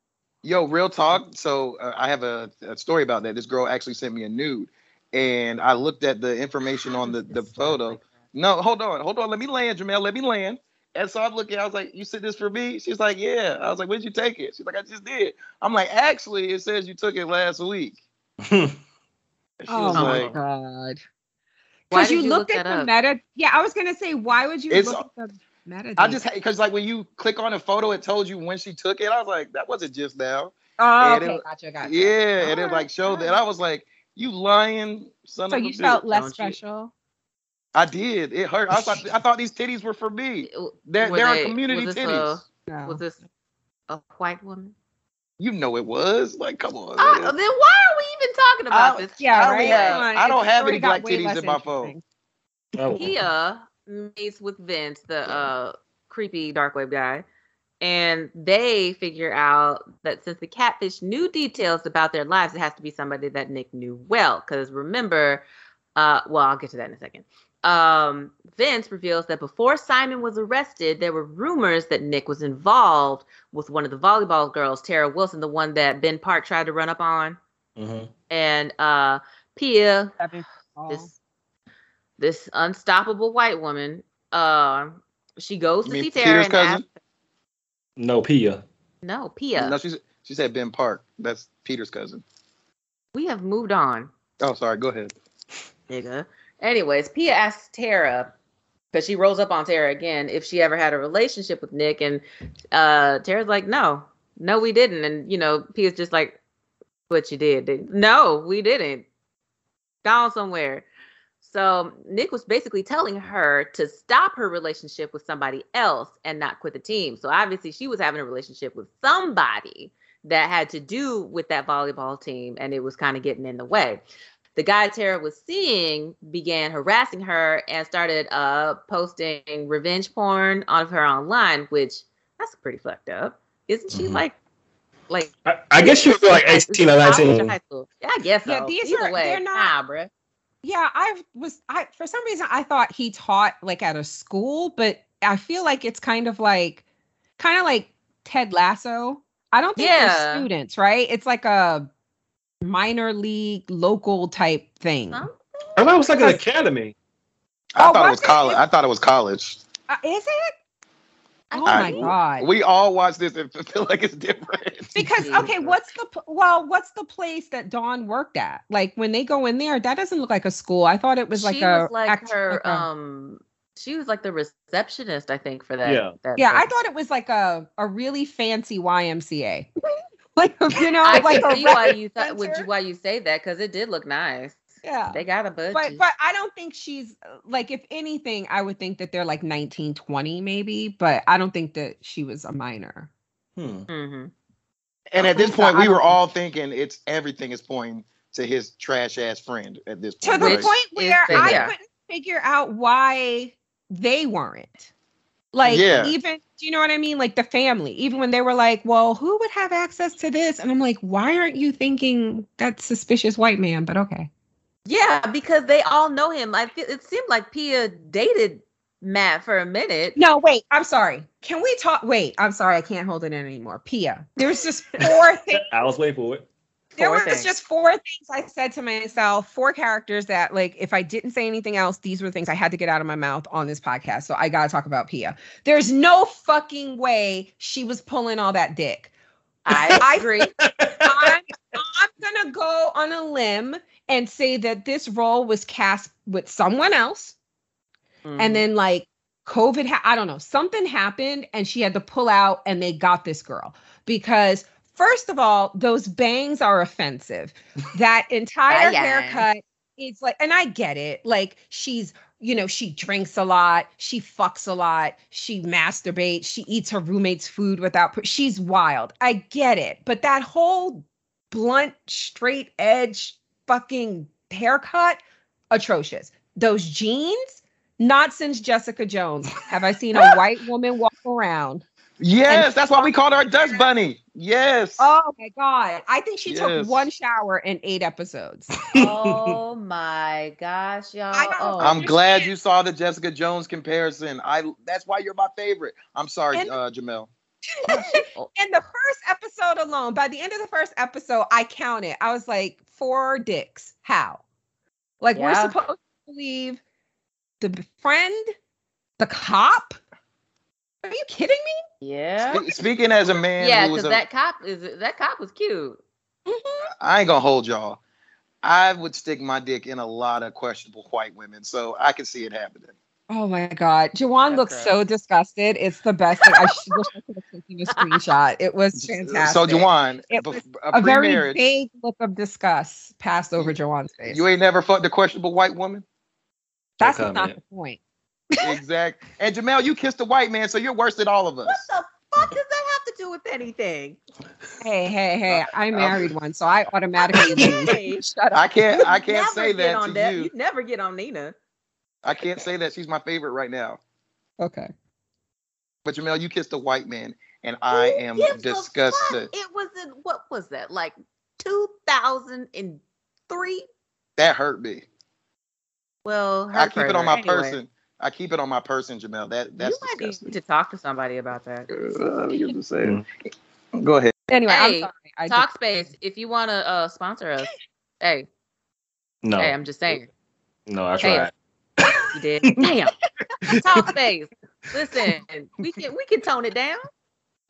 A: Yo, real talk. So uh, I have a, a story about that. This girl actually sent me a nude, and I looked at the information
E: [LAUGHS]
A: on the, the
E: It's stuff
A: photo.
E: like that.
A: No, hold on, hold on. Let me land, Jamel. Let me land. And so I'm looking. I was like, "You sent this for me?" She's like, "Yeah." I was like, "Where'd you take it?" She's like, "I just did." I'm like, "Actually, it says you took it last week." And she
D: Oh
A: was
E: my
A: like,
D: god!
E: Why
D: Because
E: did
D: you,
E: you
D: looked
E: look
D: at the
E: that
D: meta. Yeah, I was gonna say, why would you
A: It's-
D: look at the metadata?
A: "I just because like when you click on a photo, it told you when she took it." I was like, "That wasn't just now."
D: oh,
A: and it
D: okay,
A: was-
D: gotcha, gotcha.
A: Yeah, and it
E: Alright,
A: like showed that.
E: alright.
A: I was like, "You lying son
D: So
A: of a
D: you
A: bitch."
D: felt less
E: don't you?
D: special.
A: I did. It hurt. I thought I thought these titties were for me. They're,
E: Were
A: they're
E: they-
A: are community
E: was this a-
A: titties.
D: No.
E: was this a white woman?
A: You know it was. Like, come on.
E: Oh,
A: man.
E: then why are we even talking about
A: I-
E: this?
D: yeah,
A: I only
D: right.
A: have-
D: Come on,
A: I don't
D: it's-
A: have
D: it
A: any
D: got
A: black
D: way
A: titties
D: less
A: in my phone.
D: interesting.
C: Oh.
E: Kia meets with Vince, the uh, creepy dark web guy, and they figure out that since the catfish knew details about their lives, it has to be somebody that Nick knew well. Because remember, uh, well, I'll get to that in a second. Um, Vince reveals that before Simon was arrested, there were rumors that Nick was involved with one of the volleyball girls, Tara Wilson, the one that Ben Park tried to run up on,
C: Mhm.
E: and uh, Pia,
D: Seven people.
E: this this unstoppable white woman. Uh, she goes
A: You
E: to
A: mean
E: see Tara
A: Peter's
E: and
A: cousin?
E: asks-
C: No, Pia.
E: no, Pia,
A: No, she s- she said Ben Park. That's Peter's cousin.
E: we have moved on,
A: Oh, sorry. Go ahead.
E: nigga. Anyways, Pia asks Tara because she rolls up on Tara again if she ever had a relationship with Nick, and uh, Tara's like, no, no, we didn't, and you know, Pia's just like, but you did, didn't- no, we didn't, gone somewhere. So Nick was basically telling her to stop her relationship with somebody else and not quit the team. So obviously she was having a relationship with somebody that had to do with that volleyball team and it was kind of getting in the way. the guy Tara was seeing began harassing her and started uh, posting revenge porn of her online, which that's pretty fucked up. Isn't she
F: Mhm.
E: like, like
C: I, I guess she was like 18 or
E: college
C: 19.
E: high school? Yeah, I guess so.
D: Yeah, these
E: Either
D: are-
E: way,
D: they're not-
E: nah, bruh.
D: Yeah, I was I for some reason I thought he taught like at a school, but I feel like it's kind of like kind of like Ted Lasso. I don't think
E: Yeah.
D: they're students, right? It's like a minor league local type thing.
E: Huh?
C: I thought it was like an academy.
D: Oh,
A: I thought it was
D: was it?
A: college. I thought it was college.
D: Uh, is it? Oh
A: I-
D: my god.
A: We all watch this and [LAUGHS] feel like it's different.
D: because
E: Yeah.
D: okay, what's the p- well, what's the place that Dawn worked at? Like when they go in there, that doesn't look like a school. I thought it was like
E: she
D: a
E: was like
D: act-
E: her
D: like a-
E: um she was like the receptionist i think for that
C: Yeah.
E: that
D: Yeah, I
E: thing.
D: thought it was like a a really fancy YMCA. [LAUGHS] like you know,
E: [LAUGHS] I
D: like
E: can
D: a
E: see
D: rec-
E: why you thought would you,
D: center.
E: why you say that because it did look nice
D: [LAUGHS] yeah.
E: they got a budget
D: But but I don't think she's uh, like if anything, I would think that they're like 19, 20 maybe, but I don't think that she was a minor.
C: Hmm.
E: Mhm.
A: And at this
D: I
A: point, we
D: don't-
A: were all thinking it's everything is pointing to his trash ass friend. At this
D: To
A: point,
D: the
E: Which
D: point
E: is
D: where I
E: fair.
D: couldn't figure out why they weren't. Like
A: Yeah.
D: even do you know what I mean? Like the family, even when they were like, Well, who would have access to this? And I'm like, why aren't you thinking that suspicious white man? But okay.
E: yeah because they all know him i feel it seemed like pia dated matt for a minute
D: No, wait. I'm sorry. Can we talk? Wait, I'm sorry. I can't hold it in anymore. Pia, there's just four things.
C: I was waiting for it.
D: There
E: Four
D: was
E: things.
D: just four things I said to myself, four characters that, like, if I didn't say anything else, these were things I had to get out of my mouth on this podcast. So I got to talk about Pia. There's no fucking way she was pulling all that dick.
E: i
D: [LAUGHS] I-
E: agree
D: I'm, I'm going to go on a limb and say that this role was cast with someone else.
E: Mhm.
D: and then like covid ha- i don't know something happened and she had to pull out and they got this girl because first of all those bangs are offensive that entire
E: Bye-bye.
D: haircut is like and i get it like she's you know she drinks a lot she fucks a lot she masturbates she eats her roommate's food without pr- she's wild i get it but that whole blunt straight edge fucking haircut atrocious those jeans not since Jessica Jones have I seen a white woman walk around.
A: yes, that's why we called her a dust bunny. Yes.
D: Oh my God. I think she
A: Yes.
D: took one shower in eight episodes. [LAUGHS]
E: oh my gosh y'all
D: I don't-
E: oh,
A: I'm glad you saw the Jessica Jones comparison. I that's why you're my favorite. I'm sorry,
D: And-
A: uh, Jamel.
D: in the first episode alone, by the end of the first episode, I counted. I was like, four dicks. How? Like, we're
E: Yeah.
D: supposed to believe the b- friend, the cop. Are you kidding me?
E: yeah
A: Spe- Speaking as a man
E: yeah
A: who was
E: because
A: a,
E: that cop is that cop was cute Mm-hmm.
A: I ain't gonna hold y'all. I would stick my dick in a lot of questionable white women, so I can see it happening.
D: Oh my God. Juwan
E: That's
D: looks
E: right.
D: so disgusted. It's the best thing. I sh- [LAUGHS] wish I could have taken a screenshot. It was fantastic.
A: So Juwan,
D: It
A: bef-
D: was
A: a
D: a very
A: pre-marriage,
D: vague look of disgust passed over Jawan's face.
A: you ain't never fucked a questionable white woman.
D: That's
C: Good
D: not
C: comment.
D: the point.
A: exact. And Jamel, you kissed a white man, so you're worse than all of us.
E: what the fuck does that have to do with anything
D: Hey, hey, hey! I
A: I'm-
D: married one, so I [LAUGHS] automatically
E: Hey.
D: Uh, um, shut up.
A: I can't. I can't
E: Never
A: say
E: get
A: that
E: on
A: to
E: that.
A: you.
E: you never get on nina
A: I can't say that she's my favorite right now.
D: [LAUGHS] Okay.
A: But Jamel, you kissed a white man, and I
E: Who
A: am
E: gives a
A: disgusted.
E: fuck? It was in what was that? Like 2003?
A: That hurt me.
E: Well,
A: I
E: her
A: keep it on
E: further.
A: my
E: Anyway,
A: person. I keep it on my person, Jamel. That that's
E: you might
A: disgusting.
E: need to talk to somebody about that.
A: Uh, you just saying. Go ahead.
D: Anyway,
E: Hey,
D: I'm sorry. I
E: Talk space if you want to uh, sponsor us. [GASPS] Hey,
C: No,
E: hey, I'm just saying.
C: no, I tried.
E: You did. Damn. Talk space. Listen, we can we can tone it down.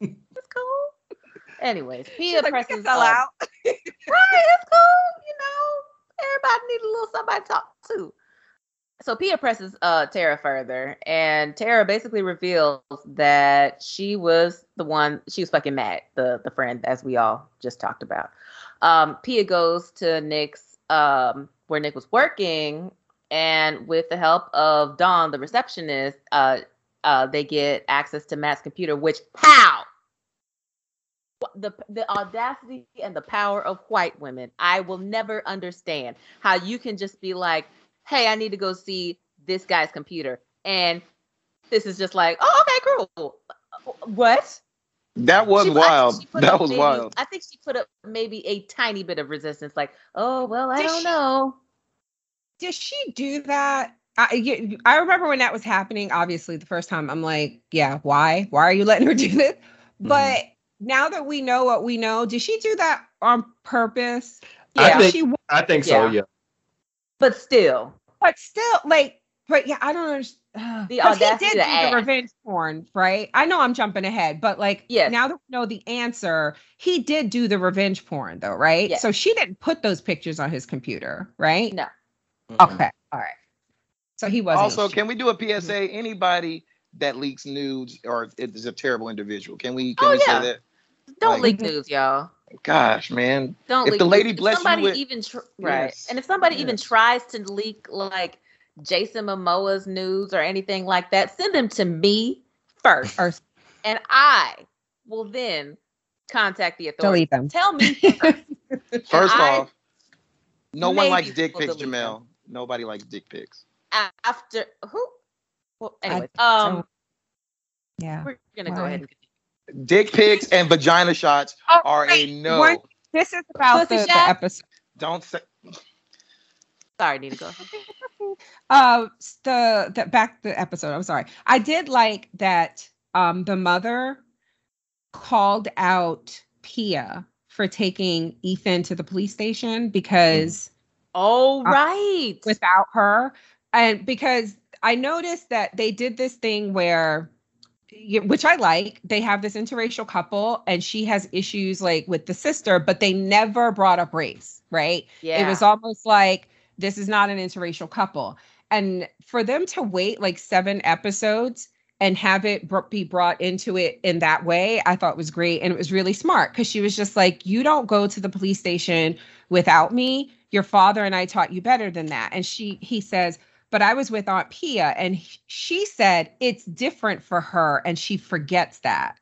E: It's cool. Anyways, Pia
D: just, like, we
E: presses
D: can sell
E: up.
D: out.
E: right, it's cool, you know. Everybody need a little somebody to talk to. So Pia presses uh Tara further, and Tara basically reveals that she was the one she was fucking Matt, the the friend as we all just talked about. Um, Pia goes to Nick's um where Nick was working, and with the help of Dawn, the receptionist, uh uh they get access to Matt's computer, which pow the the audacity and the power of white women. I will never understand how you can just be like, "Hey, I need to go see this guy's computer," and this is just like, "Oh, okay, cool." What?
A: That was
E: She- I think
A: wild.
E: she put
A: That
E: up
A: was
E: maybe-
A: wild.
E: I think she put up maybe a tiny bit of resistance, like, "Oh, well, I
D: Did
E: don't
D: she-
E: know."
D: Did she do that? I, you- I remember when that was happening. Obviously, the first time I'm like, yeah, why? Why are you letting her [LAUGHS] do this? But now that we know what we know, did she do that on purpose?
C: I
D: Yeah,
C: think-
D: she. wa-
C: I think so.
E: Yeah.
C: Yeah.
E: But still,
D: But still, like, but yeah, I don't [SIGHS] understand.
E: The
D: Because he
E: audacity
D: did
E: to
D: do
E: ask.
D: the revenge porn, right? I know I'm jumping ahead, but like,
E: Yes.
D: now that we know the answer, he did do the revenge porn, though, right?
E: Yes.
D: So she didn't put those pictures on his computer, right?
E: No.
D: Okay. All right. So he wasn't.
A: Also, can we do a PSA? Anybody that leaks nudes or is a terrible individual, can we can
E: Oh,
A: we
E: yeah.
A: say that?
E: don't
A: Like-
E: leak news, y'all.
A: Gosh, man,
E: Don't
A: If
E: leak
A: the
E: nudes.
A: lady bless you
E: somebody
A: with-
E: even tr- right,
A: Yes.
E: and if somebody even tries to leak like Jason Momoa's nudes or anything like that, send them to me
A: [LAUGHS]
E: first,
D: Or-
E: and I will then contact the authorities.
D: delete them.
E: Tell me
D: [LAUGHS]
A: First
E: I-
A: off, no one
E: maybe
A: likes dick
E: we'll
A: pics,
E: delete
A: Jamel. Nobody likes dick pics.
E: after who? Well,
D: I
E: anyway,
D: don't-
E: um,
D: Yeah.
E: we're gonna go
D: Why?
E: ahead and
A: Dick pics and vagina shots
D: Oh,
A: are
D: wait,
A: a no.
D: weren't- This is about
E: Pussy
D: the, the
E: shot?
D: episode.
A: Don't say.
E: sorry, Nina. Go ahead.
D: Uh, s- the, the back the episode. I'm sorry. I did like that. Um, the mother called out Pia for taking Ethan to the police station because
E: All
D: Uh,
E: right.
D: without her, and because I noticed that they did this thing where y- which I like. They have this interracial couple, and she has issues like with the sister, but they never brought up race, right?
E: yeah.
D: It was almost like this is not an interracial couple. And for them to wait like seven episodes and have it br- be brought into it in that way, I thought was great. And it was really smart because she was just like, You don't go to the police station without me. Your father and I taught you better than that. And she, he says, but I was with Aunt Pia, and he- she said it's different for her, and she forgets that.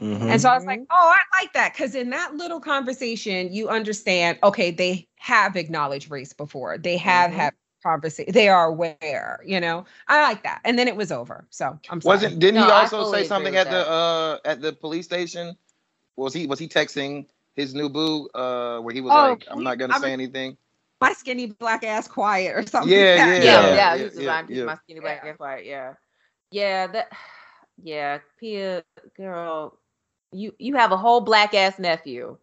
C: Mm-hmm.
D: And so I was
A: Mm-hmm.
D: like, oh, I like that. Cause in that little conversation, you understand, okay, they have acknowledged race before. They have
A: Mhm.
D: had conversation. They are aware, you know. I like that. And then it was over. So I'm sorry.
A: Wasn't didn't he
E: No, I
A: also
E: fully
A: say
E: agree
A: something
E: with
A: at
E: that.
A: the uh at the police station? Was he was he texting his new boo uh where he was
D: Oh,
A: like I'm not gonna
D: I'm-
A: say anything.
D: my skinny black ass quiet or something?
A: Yeah,
E: yeah,
A: yeah,
E: yeah,
A: yeah,
E: he was
A: yeah,
E: designed
A: yeah.
E: my skinny black
D: Yeah.
E: yeah. white, yeah. Yeah, that [SIGHS] yeah, Pia girl, you you have a whole black ass nephew.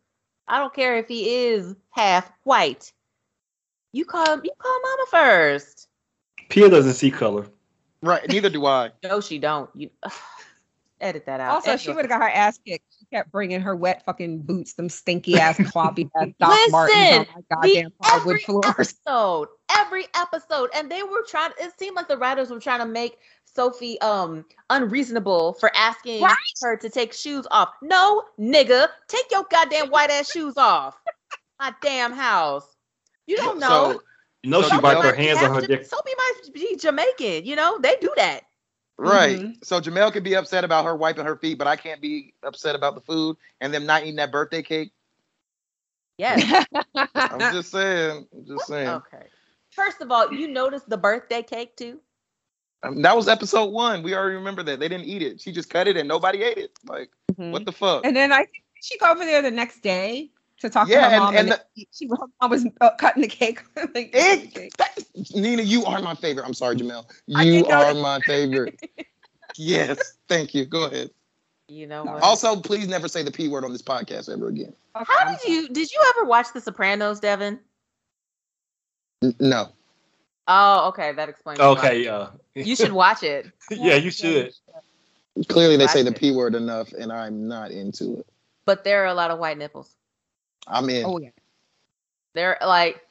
E: I don't care if he is half white. You call you call mama first.
C: Pia doesn't see color.
A: Right. Neither do
E: [LAUGHS]
A: I.
E: No, she don't. You [SIGHS] edit that out.
D: Also, she
E: Anyway.
D: would have got her ass kicked. She kept bringing her wet fucking boots, them stinky ass cloppy ass Doc Martens on my
E: the-
D: goddamn plywood
E: every
D: floors. [LAUGHS]
E: [LAUGHS] episode, every episode, and they were trying. It seemed like the writers were trying to make Sophie um unreasonable for asking
D: Right?
E: her to take shoes off. No, nigga, take your goddamn white ass shoes off. My damn house. You don't know.
A: So
C: You know
A: So
C: she
A: Jamel-
C: wiped her
E: Like,
C: hands
E: half
C: on her
E: Ja-
C: dick.
E: Sophie might be Jamaican. You know they do that.
A: right.
E: Mm-hmm.
D: Mhm.
A: So Jamel could be upset about her wiping her feet, but I can't be upset about the food and them not eating that birthday cake.
D: [LAUGHS]
E: Yes. [LAUGHS]
A: I'm just saying. I'm just saying.
E: okay. First of all, you noticed the birthday cake too.
A: Um, that was episode one. We already remember that. They didn't eat it. She just cut it and nobody ate it. Like,
D: Mhm.
A: what the fuck?
D: And then I think she go over there the next day to talk
A: Yeah,
D: to her
A: and-
D: mom,
A: and
D: and, it- she her mom was uh, cutting the cake. [LAUGHS] like,
A: It- that- Nina, you are my favorite. I'm sorry, Jamel.
D: I
A: You
D: did
A: are
D: notice.
A: my favorite. yes. Thank you. Go ahead.
E: You know.
D: No.
E: what?
A: Also, please never say the P word on this podcast ever again.
D: Okay,
E: How
D: I'm
E: did you did you ever watch The Sopranos, Devin?
A: N- no.
E: Oh, okay, that explains. why.
C: Okay, yeah. [LAUGHS]
E: you should watch it.
C: yeah, you should.
A: Clearly, they say the
E: Gotcha.
A: P word enough, and I'm not into it.
E: But there are a lot of white nipples.
A: I'm
D: sorry.
A: in.
D: Oh yeah.
E: They're like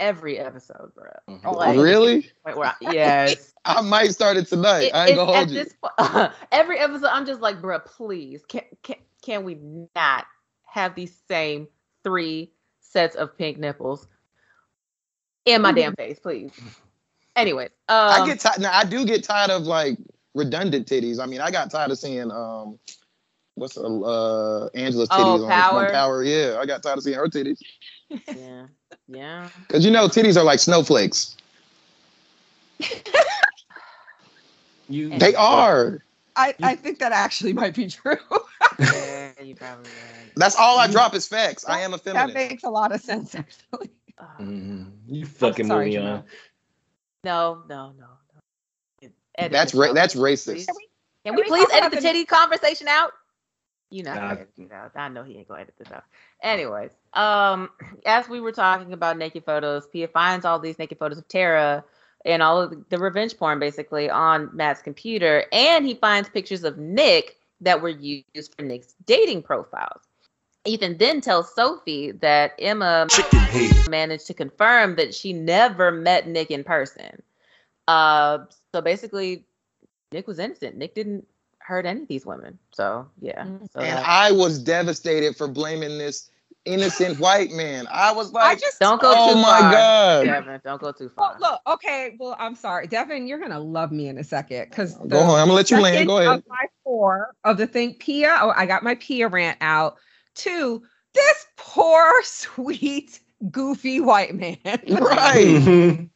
E: every episode, bro.
C: Mhm.
A: Mm-hmm.
E: Like,
A: really? [LAUGHS]
E: Wait, where I- yes.
A: I might start it tonight.
E: It-
A: I ain't
E: it's
A: gonna hold
E: at
A: you.
E: this po- [LAUGHS] every episode, I'm just like, bruh, please, can can can we not have these same three sets of pink nipples in my damn face, please? Anyways, um,
A: I
E: [LAUGHS]
A: get tired. Now I do get tired of like redundant titties. I mean, I got tired of seeing um what's uh, uh Angela's
E: Oh,
A: titties on- on,
E: Power.
A: Power. Yeah, I got tired of seeing her titties
E: Yeah. [LAUGHS] Yeah.
A: because you know titties are like snowflakes.
C: You,
A: They are.
D: I, I think that actually might be true. [LAUGHS]
E: yeah you probably right.
A: That's all I drop is facts. I am a
D: Mm-hmm. that
A: feminist.
D: makes a lot of sense, actually.
E: Oh,
C: Mhm. You fucking
D: sorry,
C: moving
D: Jamal.
C: on.
E: No, no, no, no. Edit
A: that's
E: this
A: ra-
E: out.
A: that's racist.
E: Can Can
D: Can
E: we
D: we
E: please
D: talk
E: edit
D: about
E: the
D: the-
E: titty conversation out? You know,
C: Nah.
E: how to edit it out. I know he ain't gonna edit this out. Anyways, um, as we were talking about naked photos, Pia finds all these naked photos of Tara and all of the revenge porn basically on Matt's computer, and he finds pictures of Nick that were used for Nick's dating profiles. Ethan then tells Sophie that Emma
C: [LAUGHS]
E: managed to confirm that she never met Nick in person. Uh, so basically, Nick was innocent. Nick didn't hurt any of these women. So yeah.
D: Mm.
E: So
A: And
E: that-
A: I was devastated for blaming this innocent white man. I was
D: I
A: like,
D: just
E: don't go
A: oh
E: too
A: my
E: far.
A: god.
E: Devin, don't go too
D: well,
E: far.
D: look, okay. Well, I'm sorry, Devin. You're gonna love me in a second because
A: Go on. I'm gonna let you land.
D: second
A: Go ahead.
D: Of my four of the thing, Pia. Oh, I got my Pia rant out. Two, this poor, [LAUGHS] sweet, goofy white man.
A: Right.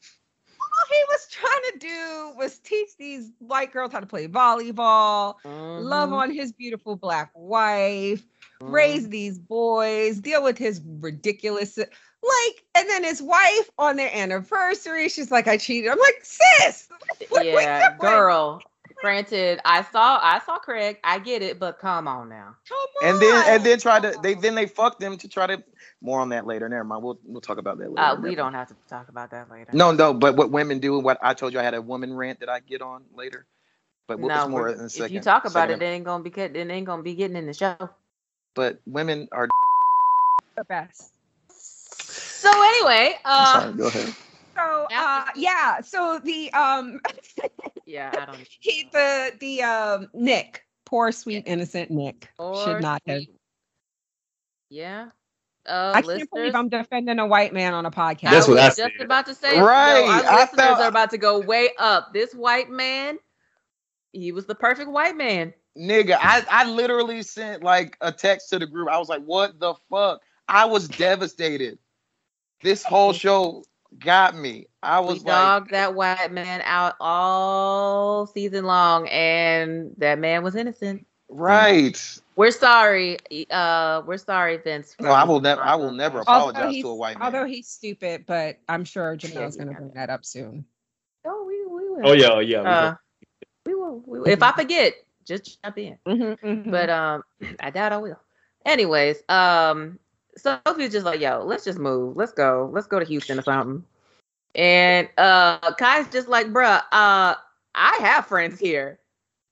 D: All he was trying to do was teach these white girls how to play volleyball,
A: Mm-hmm.
D: love on his beautiful black wife,
E: Mm-hmm.
D: raise these boys, deal with his ridiculous like. And then his wife on their anniversary, she's like, "I cheated." I'm like, "Sis, What- what's
E: yeah,
D: up with-
E: girl. Granted, I saw I saw Craig. I get it, but come on now.
D: come on."
A: And then and then try to they then they fucked them to try to more on that later. Never mind. We'll we'll talk about that later.
E: Uh, we
A: Never
E: don't have to talk about that later.
A: No, no, but what women do and what I told you I had a woman rant that I get on later. But we'll,
E: No,
A: it's more
E: we're-
A: in a second.
E: if you talk about
A: second
E: it, it ain't gonna be good. It ain't gonna be getting in the show.
A: but women
E: [LAUGHS]
A: are
D: the best.
E: So anyway,
A: I'm
E: uh,
A: sorry, go ahead.
D: So uh,
E: After-
D: yeah, so the um [LAUGHS]
E: yeah, I don't.
D: he the the um Nick, poor sweet innocent Nick,
E: Or
D: should not have.
E: sweet. Yeah. Uh,
D: I can't believe
E: listeners,
D: I'm defending a white man on a podcast.
C: That's what I
E: was
C: said.
E: just about to say.
A: Right,
E: Right. our
A: I
E: listeners
A: thought-
E: are about to go way up. This white man, he was the perfect white man.
A: Nigga, I, I literally sent like a text to the group. I was like, what the fuck? I was devastated. This
E: [LAUGHS]
A: whole show got me. I
E: We
A: was like,
E: dogged that white man out all season long, and that man was innocent.
A: right.
E: We're sorry. Uh, we're sorry, Vince. Oh,
A: No, I will never I will never
D: Although
A: apologize
D: he's-
A: to a white man.
D: Although he's stupid, but I'm sure Jamel's
E: you
D: gonna
E: got
D: bring
E: it.
D: that up soon.
E: No, we, we will.
C: oh yeah, oh, yeah.
E: Uh, we will. We will. If I forget, just jump in.
D: But
E: but um
D: Mm-hmm.
E: [CLEARS THROAT] i doubt i will anyways um sophie's just like yo let's just move let's go let's go to houston or something and uh kai's just like bruh uh i have friends here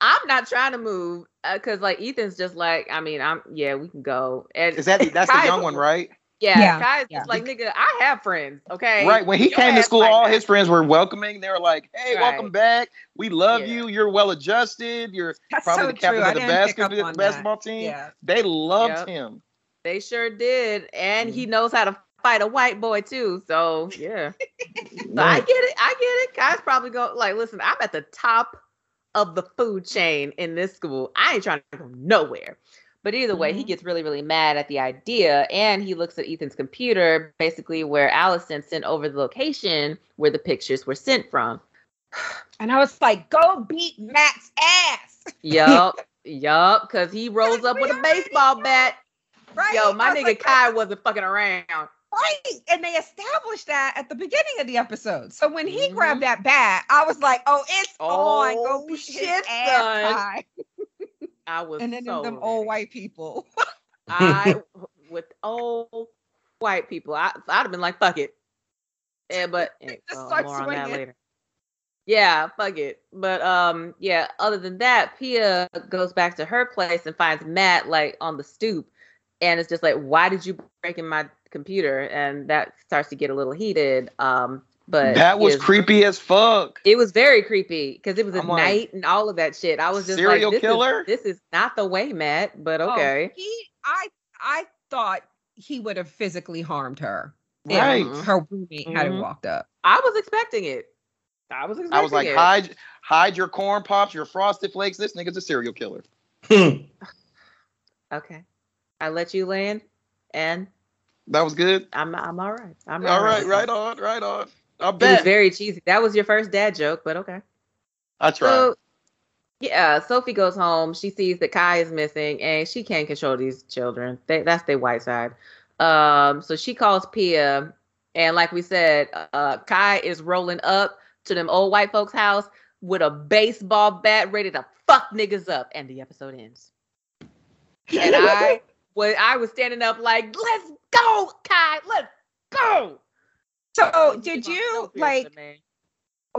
E: i'm not trying to move because like ethan's just like i mean i'm yeah we can go and
A: Is that that's the
E: Kai-
A: young one, right?
E: yeah,
D: Yeah,
E: kai's
D: yeah.
E: just like nigga i have friends okay
A: Right. When he
E: Your
A: came to
E: ass
A: school,
E: might
A: all
E: not.
A: his friends were welcoming. They were like, "Hey,
E: Right.
A: welcome back. We love
E: Yeah.
A: you. You're well adjusted. You're
D: that's
A: probably
D: so
A: the
D: true.
A: captain
D: I
A: of the
D: didn't pick up
A: basketball
D: on that.
A: basketball team."
D: Yeah.
A: They loved
E: Yep.
A: him.
E: they sure did and
D: Mm.
E: he knows how to fight a white boy too so yeah
D: [LAUGHS]
E: So I
A: Right.
E: get it. I get it. Kai's probably go like, listen, I'm at the top of the food chain in this school. I ain't trying to go nowhere. But either way, he
D: Mhm.
E: gets really, really mad at the idea. And he looks at Ethan's computer, basically where Allison sent over the location where the pictures were sent
D: [LAUGHS]
E: from.
D: And I was like, go beat Matt's ass.
E: Yup. yup. Cause he rolls up with a baseball bat.
D: Right.
E: Yo, my
D: I was
E: nigga
D: like,
E: Kai wasn't fucking around.
D: Right. And they established that at the beginning of the episode. So when he
E: Mhm.
D: grabbed that bat, I was like, oh, it's on.
E: Oh,
D: Go beat his
E: shit,
D: ass
E: son.
D: high.
E: I was
D: And then
E: so
D: them old
E: ready.
D: white people. [LAUGHS]
E: I with old white people, I I'd have been like, fuck it. Yeah,
D: [LAUGHS]
E: but eh,
D: Just
E: oh,
D: start
E: more on that
D: swinging.
E: later. Yeah, fuck it. But um, yeah. Other than that, Pia goes back to her place and finds Matt like on the stoop, and it's just like, why did you break in my computer? And that starts to get a little heated. Um, but
A: That was
E: Pia's-
A: creepy as fuck.
E: It was very creepy because it was at
A: I'm like,
E: night and all of that shit. I was just
A: serial
E: like, this is-
A: killer?
E: this is not the way, Matt. But
D: Oh,
E: okay.
D: he I I thought he would have physically harmed her. if
A: Right.
E: Mhm.
D: Her roommate hadn't
E: Mhm.
D: walked up.
E: I was expecting it. I was expecting
A: I was like,
E: it.
A: "Hide, hide your corn pops, your frosted flakes. This nigga's a serial killer."
C: Mhm.
E: Okay. I let you land, and
A: That was good.
E: I'm I'm all right. I'm
A: All right, right on, right on. I
E: It was
A: bet.
E: very cheesy. That was your first dad joke, but okay.
A: I tried.
E: So, yeah, Sophie goes home. She sees that Kai is missing, and she can't control these children. They, that's their white side. Um, so she calls Pia, and like we said, uh, Kai is rolling up to them old white folks' house with a baseball bat, ready to fuck niggas up, and the episode ends.
D: [LAUGHS]
E: And I was I was standing up like, let's go, Kai, let's go.
D: So Oh, did
E: Keep on
D: you
E: Sophie,
D: like
E: man.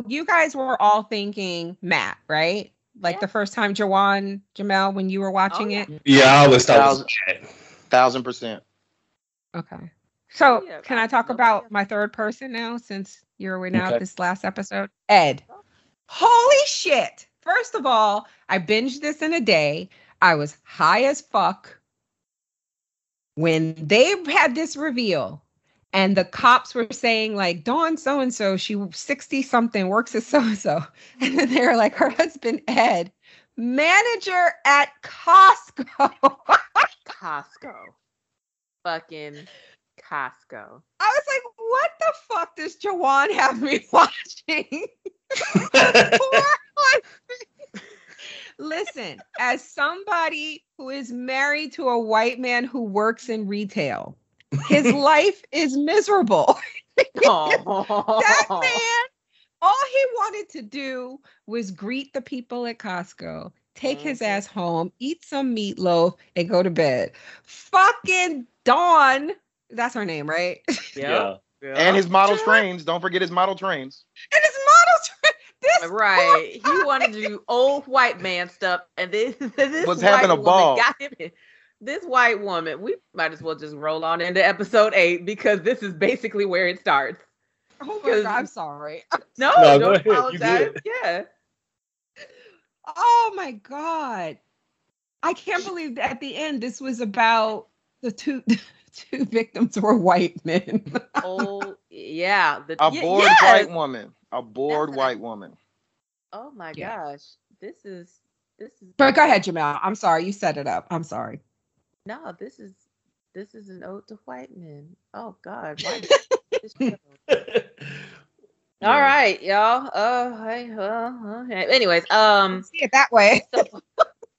D: you guys were all thinking Matt, right? Like
E: Yeah. Oh,
D: the first time Jawan Jamel when you were watching
E: yeah.
D: it.
C: Yeah, I always thought it was bad.
A: Thousand percent.
D: Okay. So
E: Yeah,
D: can
E: I
D: I talk
E: love
D: about
E: it.
D: my third person now since you're away now
C: Okay.
D: this last episode? Ed. Holy shit. First of all, I binged this in a day. I was high as fuck when they had this reveal and the cops were saying like Dawn so and so she 60 something works as [LAUGHS] so and so and then they were like her husband Ed manager at Costco. [LAUGHS]
E: Costco. Fucking Costco.
D: I was like, what the fuck does Jawan have me [LAUGHS] watching? [LAUGHS] Listen, as somebody who is married to a white man who works in retail, his life is miserable. [LAUGHS] [LAUGHS]
E: [LAUGHS]
D: That
E: Oh.
D: man, all he wanted to do was greet the people at Costco, take his
E: Mhm.
D: ass home, eat some meatloaf, and go to bed. Fucking Dawn, that's her name, right?
C: [LAUGHS]
D: [LAUGHS]
C: yeah.
A: And his model
D: Sure.
A: trains. Don't forget his model trains.
D: and his models. [LAUGHS] This
E: Right.
D: [LAUGHS]
E: He wanted to do old white man stuff. And this, [LAUGHS] this
A: Was
E: white
A: having a
E: woman
A: ball.
E: got him in- This white woman, we might as well just roll on into episode eight because this is basically where it starts.
D: Oh my
E: Because-
D: god, I'm sorry. [LAUGHS]
E: No,
C: No, go
E: don't
C: ahead. You
E: apologize.
C: good.
E: Yeah.
D: Oh my god. I can't believe that at the end this was about the two [LAUGHS] two victims were white men. [LAUGHS]
E: Oh, yeah. The,
A: A
E: Ye-
A: bored
E: yes!
A: white woman. A bored
E: That's what I-
A: white woman.
E: Oh my
D: Yeah.
E: gosh. This is this is
D: But go ahead, Jamel. I'm sorry, you set it up. I'm sorry.
E: No, this is this is an ode to white men. Oh God. why this show? All right, y'all. Oh, hey, well, okay. Anyways, um,
D: See it
E: [LAUGHS]
D: that way.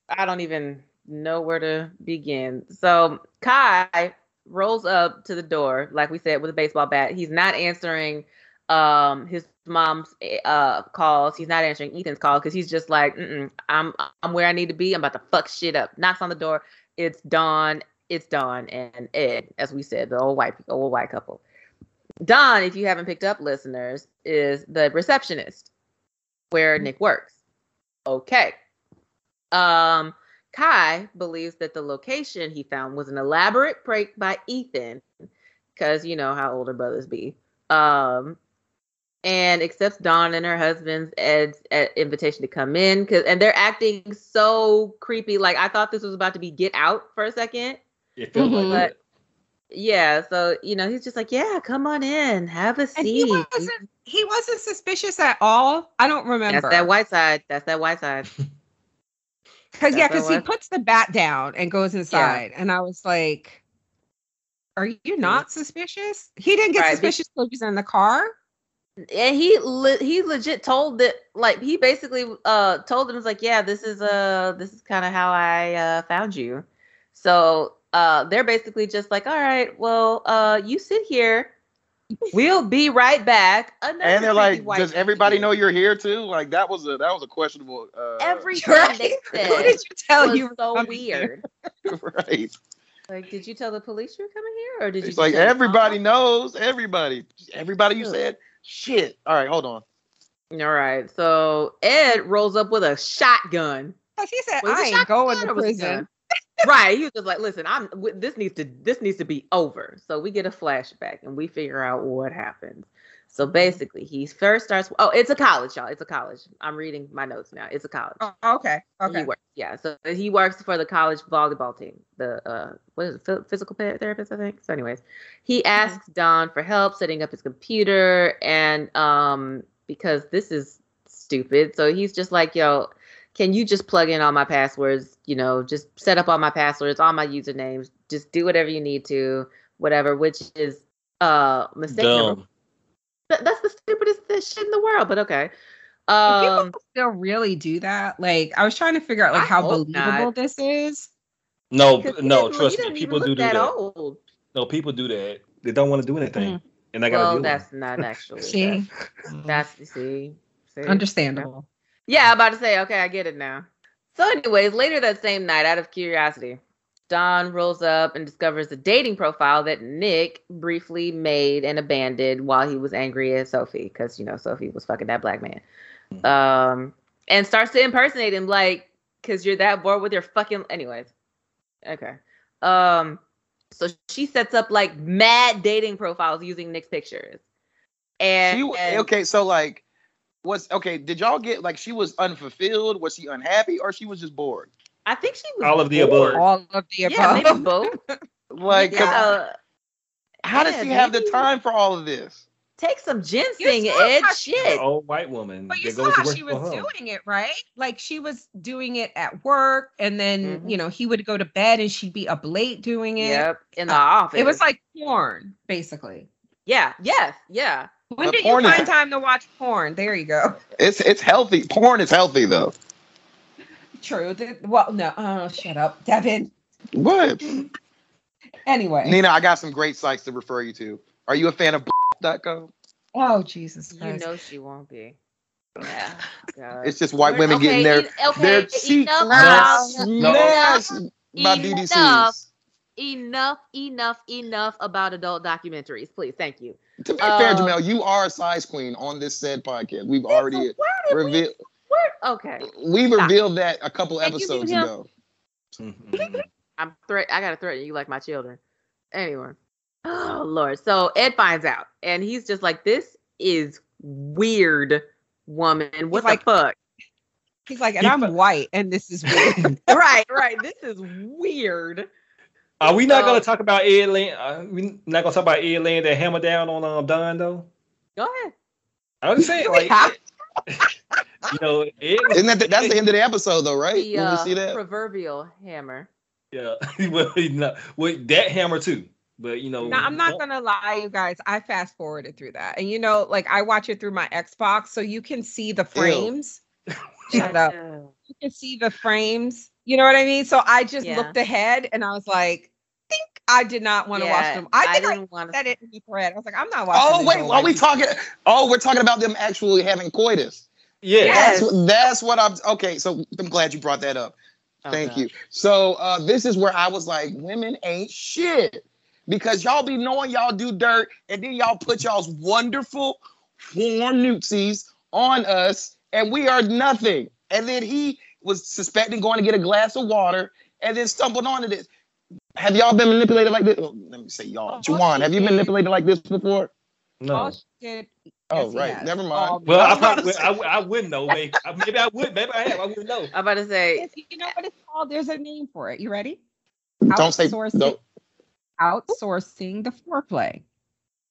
E: I don't even know where to begin. So Kai rolls up to the door, like we said, with a baseball bat. He's not answering um his mom's uh calls. He's not answering Ethan's call because he's just like, Mm-mm, I'm I'm where I need to be. I'm about to fuck shit up. Knocks on the door. It's Dawn. It's Dawn and Ed, as we said, the old white old white couple. Don, if you haven't picked up, listeners, is the receptionist where Nick works. Okay. Um, Kai believes that the location he found was an elaborate prank by Ethan, because you know how older brothers be. Um, and accepts Dawn and her husband's Ed's uh, invitation to come in, cause and they're acting so creepy. Like I thought this was about to be Get Out for a second.
C: It feels
D: Mhm.
C: like
E: Yeah, so you know he's just like, yeah, come on in, have a
D: And he
E: seat.
D: wasn't he wasn't suspicious at all. I don't
E: That's
D: remember.
E: that white side. That's that white side.
D: Cause
E: that's
D: yeah, because
E: that
D: he
E: one.
D: puts the bat down and goes inside. And I was like, Are you not suspicious? He didn't get
E: Right, be-
D: suspicious because he was in the car.
E: and he le- he legit told that like he basically uh told them it's like yeah this is uh this is kind of how i uh found you so uh they're basically just like all right well uh you sit here we'll be right back Another
A: And they're
E: creepy
A: like,
E: white
A: does
E: man
A: everybody
E: came. [LAUGHS]
A: know you're here too? Like that was a that was a questionable uh [LAUGHS]
E: everything
D: Right?
E: they said
D: [LAUGHS] Who did you tell
E: was
D: you were
E: so
D: coming here?
E: weird
A: right.
E: like did you tell the police you were coming here or did you
A: It's
E: just
A: like
E: tell your
A: everybody
E: mom?
A: knows everybody. Everybody you
E: Ugh.
A: said shit. All right, hold on.
E: all right so ed rolls up with a shotgun
D: Because he Oh, said,
E: Was it
D: I ain't
E: shotgun
D: going to
E: or was it
D: prison.
E: gun? right. He was just like, listen, I'm w- this needs to this needs to be over. So we get a flashback and we figure out what happens. So basically, he first starts. Oh, it's a college, y'all. It's a college. I'm reading my notes now. It's a college.
D: Oh, okay.
E: He
D: Okay.
E: works. Yeah. So he works for the college volleyball team. The uh, what is it? phy- Physical pa- therapist, I think. So, anyways,
D: Mm-hmm.
E: he asks Don for help setting up his computer, and um, because this is stupid, so he's just like, "Yo, can you just plug in all my passwords? You know, just set up all my passwords, all my usernames. Just do whatever you need to, whatever. Which is uh mistake number.
C: Dumb.
E: That- That's the stupidest th- shit in the world. But okay.
D: Do
E: Um,
D: people still really do that. Like I was trying to figure out like
E: I
D: how
E: hope
D: believable
E: not.
D: this is.
C: No,
E: 'cause he
C: Oh, no,
E: doesn't- he
C: trust me.
E: doesn't even
C: People do
E: look
C: do that.
E: Old.
C: No, people do that. They don't want to do anything, and I gotta
E: Well,
C: do
E: that's not actually.
D: See,
E: That's that's- see. see.
D: understandable.
E: Yeah, I'm about to say, okay, I get it now. So, anyways, later that same night, out of curiosity, Don rolls up and discovers a dating profile that Nick briefly made and abandoned while he was angry at Sophie, because you know Sophie was fucking that black man.
C: Mm-hmm.
E: Um, and starts to impersonate him, like, cause you're that bored with your fucking anyways. Okay. Um, so she sets up like mad dating profiles using Nick's pictures. And,
A: She wa-
E: and-
A: okay, so like, what's okay? Did y'all get like she was unfulfilled? Was she unhappy, or she was just bored?
E: I think she was
C: All of the
E: bored.
C: above.
D: All of the above.
E: Yeah, maybe both.
A: Like, 'cause
E: Yeah,
A: how does
E: yeah,
A: she have the
E: maybe.
A: time for all of this?
E: take some ginseng,
D: saw
E: Ed.
D: how she-
E: Shit.
C: An old white woman
D: But you
C: that
D: saw
C: goes to
D: how
C: work
D: she
C: for
D: was
C: him.
D: doing it, right? Like she was doing it at work, and then
E: Mhm.
D: you know he would go to bed, and she'd be up late doing it.
E: Yep, in the
D: Uh,
E: office.
D: It was like porn, basically.
E: yeah, yes, yeah.
D: When
A: But
D: did you
A: porn is-
D: find time to watch porn? There you go.
A: It's it's healthy. Porn is healthy though.
D: True. Th- Well, no. Oh, shut up, Devin.
A: What?
D: Anyway.
A: Nina, I got some great sites to refer you to. Are you a fan of .com?
D: oh, Jesus
E: You
D: Christ.
E: know she won't be. Yeah. God.
A: It's just white women getting their
E: en- okay,
A: their cheek
E: enough,
A: enough,
E: enough,
A: smashed by
E: Enough.
A: DDCs.
E: enough, enough, enough about adult documentaries, please. Thank you.
A: To be fair,
E: Um,
A: Jamel, you are a size queen on this said podcast. We've
E: Where
A: already
E: did we-
A: revealed
E: where- okay,
A: we
E: Stop.
A: revealed that a couple
E: Thank you,
A: episodes
E: Jamel.
A: ago.
C: Mhm.
E: I'm threat. I gotta threaten you like my children. Anyway, [GASPS] oh Lord. So Ed finds out, and he's just like, "This is weird, woman. What
D: like,
E: the
D: [LAUGHS]
E: fuck?"
D: He's like, and
C: You
D: I'm white, and this
A: [LAUGHS]
D: is
C: Mm-hmm. [LAUGHS]
D: weird.
E: right, right. This is weird.
C: Are we not
E: So-
C: gonna talk about Ed Land? Are we not gonna talk about Ed Land that hammer down on um, Don though?
E: Go ahead.
C: I'm just saying, like,
E: have-
C: you know, Ed,
A: Isn't that the, that's the end of the episode though, right?
E: The
A: when we
E: uh,
A: see that.
E: proverbial hammer.
C: yeah, [LAUGHS] well, you know, with that hammer too. But you
A: oh,
C: know,
D: No, I'm not gonna lie, you guys. I fast forwarded through that, and you know, like I watch it through my Xbox, so you can see the frames.
A: [LAUGHS]
D: Shut up. You can see the frames. You know what I mean? So I just
E: Yeah.
D: looked ahead, and I was like, think I did not want to watch
E: Yeah,
D: them. I think I,
E: didn't want
D: said it in the thread. I was like, I'm not watching.
A: Oh
D: these
A: wait,
D: old
A: are
D: white
A: we
D: people.
A: talking? Oh, we're talking about them actually having coitus.
C: Yeah,
E: Yeah. Yes.
A: That's, that's what I'm. Okay, so I'm glad you brought that up. Thank you. So uh, this is where I was like, women ain't shit because y'all be knowing y'all do dirt, and then y'all put y'all's wonderful warm newtsies on us, and we are nothing. And then he was suspecting going to get a glass of water, and then stumbled onto this. Have y'all been manipulated like this? Oh, let me say y'all.
D: Oh,
A: Juwan, have you been
D: yeah.
A: manipulated like this before?
D: All
C: no.
D: she did-
A: Oh,
D: yes, he
A: right.
D: has.
A: Never mind.
D: All-
C: Well, I
A: I'm about
C: probably
A: to
C: I, I wouldn't know. Maybe, maybe I would. Maybe I have. I wouldn't know.
E: I'm about to say,
D: It's- you know what it's called? There's a name for it. You ready?
A: Don't say.
D: Outsourcing.
A: Don't.
D: Outsourcing the foreplay.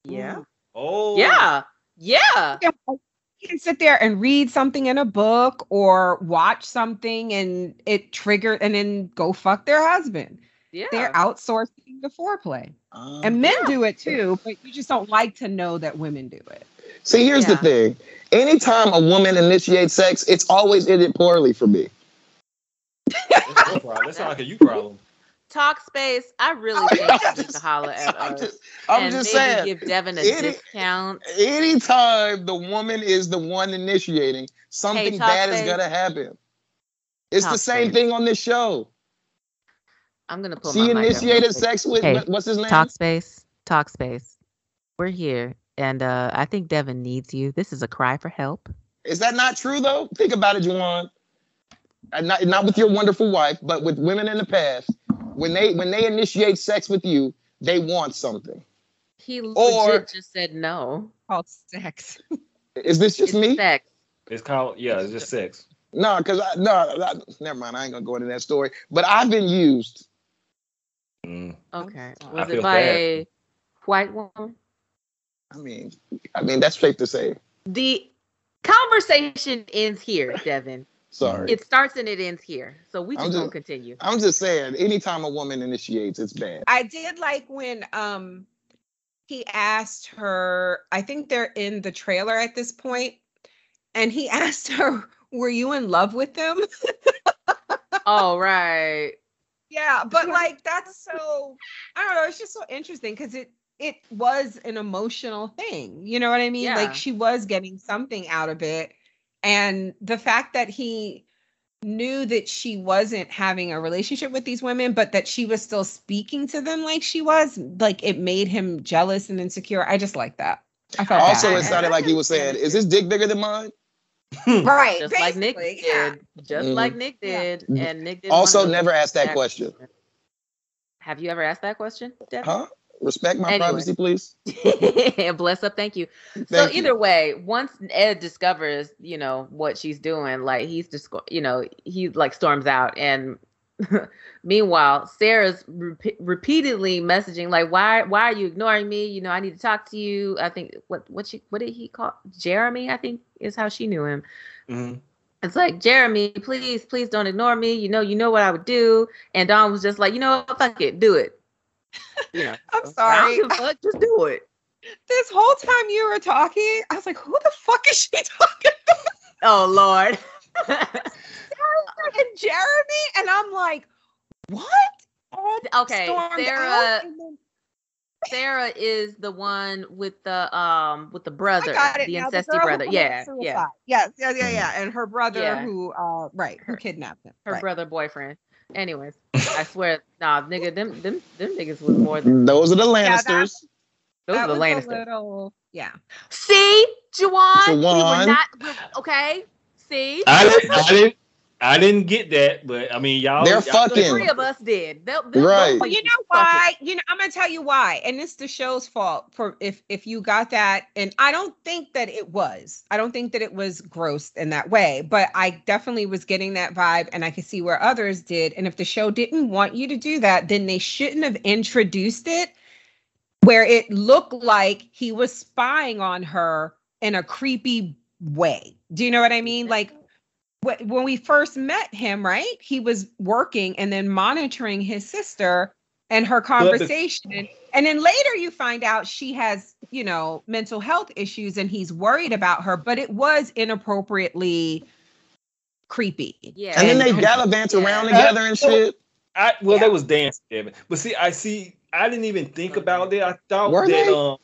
E: yeah,
C: Oh,
E: yeah, yeah.
D: can- you can sit there and read something in a book or watch something and it trigger and then go fuck their husband.
E: Yeah.
D: They're outsourcing the foreplay.
A: Um,
D: And men do it too, but you just don't like to know that women do it.
A: See, here's the
E: Yeah.
A: thing. Anytime a woman initiates sex, it's always ended poorly for me.
C: That's your problem. That sounds like a you problem.
E: Talk space. I really think
A: [LAUGHS] I'm
E: she needs
A: just-
E: to holler
A: [LAUGHS]
E: at
A: I'm
E: us.
A: just, I'm
E: and
A: just
E: maybe
A: saying.
E: Give Devin a
A: It-
E: discount.
A: anytime the woman is the one initiating, something
E: Hey, Talk
A: bad is
E: Space.
A: gonna happen. It's the
E: Talk
A: same
E: Space.
A: thing on this show.
E: I'm gonna pull.
A: She
E: my mic up real
A: initiated
E: quick.
A: sex with
E: Hey,
A: what- what's his name?
E: Talk space. Talk space. We're here, and uh, I think Devin needs you. This is a cry for help.
A: Is that not true though? Think about it, Juwan. And not not with your wonderful wife, but with women in the past, when they when they initiate sex with you, they want something.
E: He
A: Or-
E: legit just said no.
D: Called sex.
A: Is this just
E: It's
A: me?
E: sex.
C: It's called yeah. It's just sex.
A: No, because I no, I, never mind. I ain't gonna go into that story. But I've been used.
C: Mm.
E: Okay.
D: sorry.
E: Was
C: I
E: it
C: feel
E: by
C: bad.
E: a white woman?
A: I mean, I mean that's safe to say.
E: The conversation ends here, Devin.
A: Sorry.
E: It starts and it ends here. So we
A: I'm
E: just
A: just-
E: gonna continue.
A: I'm just saying, anytime a woman initiates, it's bad.
D: [LAUGHS] I did like when um he asked her, I think they're in the trailer at this point, and he [LAUGHS] asked her, Were you in love with them?
E: All right.
D: Yeah, but like that's so I don't know, it's just so interesting because it it was an emotional thing. You know what I mean?
E: Yeah.
D: Like she was getting something out of it. And the fact that he knew that she wasn't having a relationship with these women, but that she was still speaking to them like she was, like it made him jealous and insecure. I just like that. I felt
A: Also,
D: bad.
A: it sounded like you were saying, "Is this dick bigger than mine?"
D: [LAUGHS] right.
E: Just like Nick did.
D: basically, yeah.
E: Just
A: Mhm.
E: like Nick did.
A: Yeah.
E: And Nick did
A: Also, never ask that question.
E: Have you ever asked that question, Deb?
A: Huh? Respect my
E: Anyway.
A: privacy, please.
E: [LAUGHS] Bless up, thank you. so
A: Thank you.
E: either way, once Ed discovers, you know, what she's doing, like he's just, you know, he like storms out. And [LAUGHS] meanwhile, Sarah's repe repeatedly messaging, like, why, why are you ignoring me? You know, I need to talk to you. I think what, what she, what did he call Jeremy? I think is how she knew him.
C: Mhm.
E: It's like Jeremy, please, please don't ignore me. You know, you know what I would do. And Don was just like, you know, what? fuck it, do it. You know,
D: I'm
E: [LAUGHS] I
D: sorry.
E: don't give a fuck, just do it.
D: This whole time you were talking, I was like, who the fuck is she [LAUGHS] talking
E: Oh Lord. [LAUGHS]
D: and Jeremy, and I'm like, what? All
E: Okay, uh,
D: stormed
E: Sarah-
D: out, and then-
E: Sarah is the one with the um with the brother,
D: I got it.
E: the
D: now,
E: incesty
D: girl who
E: brother.
D: committed
E: Yeah, yeah.
D: suicide. yes, yeah, yeah,
C: Mhm.
D: yeah. And her brother,
E: Yeah.
D: who, uh, right, who
E: Her-
D: kidnapped him.
E: Her
D: right.
E: brother boyfriend. Anyways,
D: [LAUGHS]
E: I swear, nah, nigga, them them them niggas was more than
A: Those are the
D: Yeah, that-
A: Lannisters.
E: those
D: that
E: are the
D: was a
E: Lannisters.
D: little- yeah.
E: See, Juwan, we were
A: Juwan.
E: not okay. See,
C: I didn't, I didn't, I didn't get that, but I mean, y'all.
A: They're
C: y'all-
E: the
A: fucking-
E: three of us did. They- they-
A: Right.
D: Well, you know why? You know, I'm gonna tell you why, and it's the show's fault for if if you got that. And I don't think that it was. I don't think that it was gross in that way, but I definitely was getting that vibe, and I could see where others did. And if the show didn't want you to do that, then they shouldn't have introduced it, where it looked like he was spying on her in a creepy way. Do you know what I mean? Like wh- when we first met him, right? He was working and then monitoring his sister and her
C: the-
D: conversation. And then later you find out she has, you know, mental health issues and he's worried about her, but it was inappropriately creepy.
E: Yeah.
A: And then they
E: Yeah.
A: gallivant around
E: Yeah.
A: together and shit.
C: I well,
D: Yeah.
C: they was dancing, Devin. But see, I see. I didn't even think about that. I thought
A: Were
C: that
A: they?
C: um,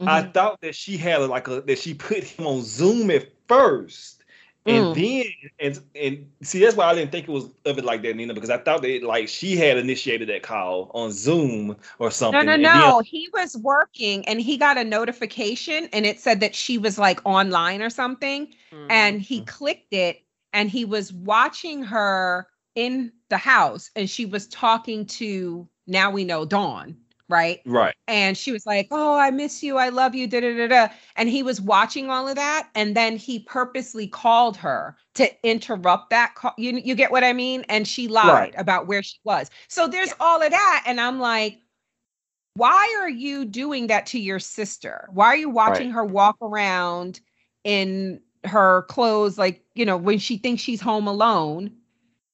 C: I
E: Mm-hmm.
C: thought that she had like a that she put him on Zoom at first, and
E: Mm.
C: then and and see that's why I didn't think it was of it like that, Nina, because I thought that like she had initiated that call on Zoom or
D: No,
C: something.
D: Mm-hmm. no,
C: and
D: no. He was working and he got a notification and it said that she was like online or something.
E: Mhm.
D: and he clicked it and he was watching her in the house and she was talking to now we know Dawn, right?
C: then-
E: [LAUGHS]
C: right.
D: And she was like, "Oh, I miss you. I love you." Da da da da. And he was watching all of that and then he purposely called her to interrupt that call. You you get what I mean? And she lied
C: Right.
D: about where she was. So there's all of that and I'm like why are you doing that to your sister? Why are you watching her walk around in her clothes like you know when she thinks she's home alone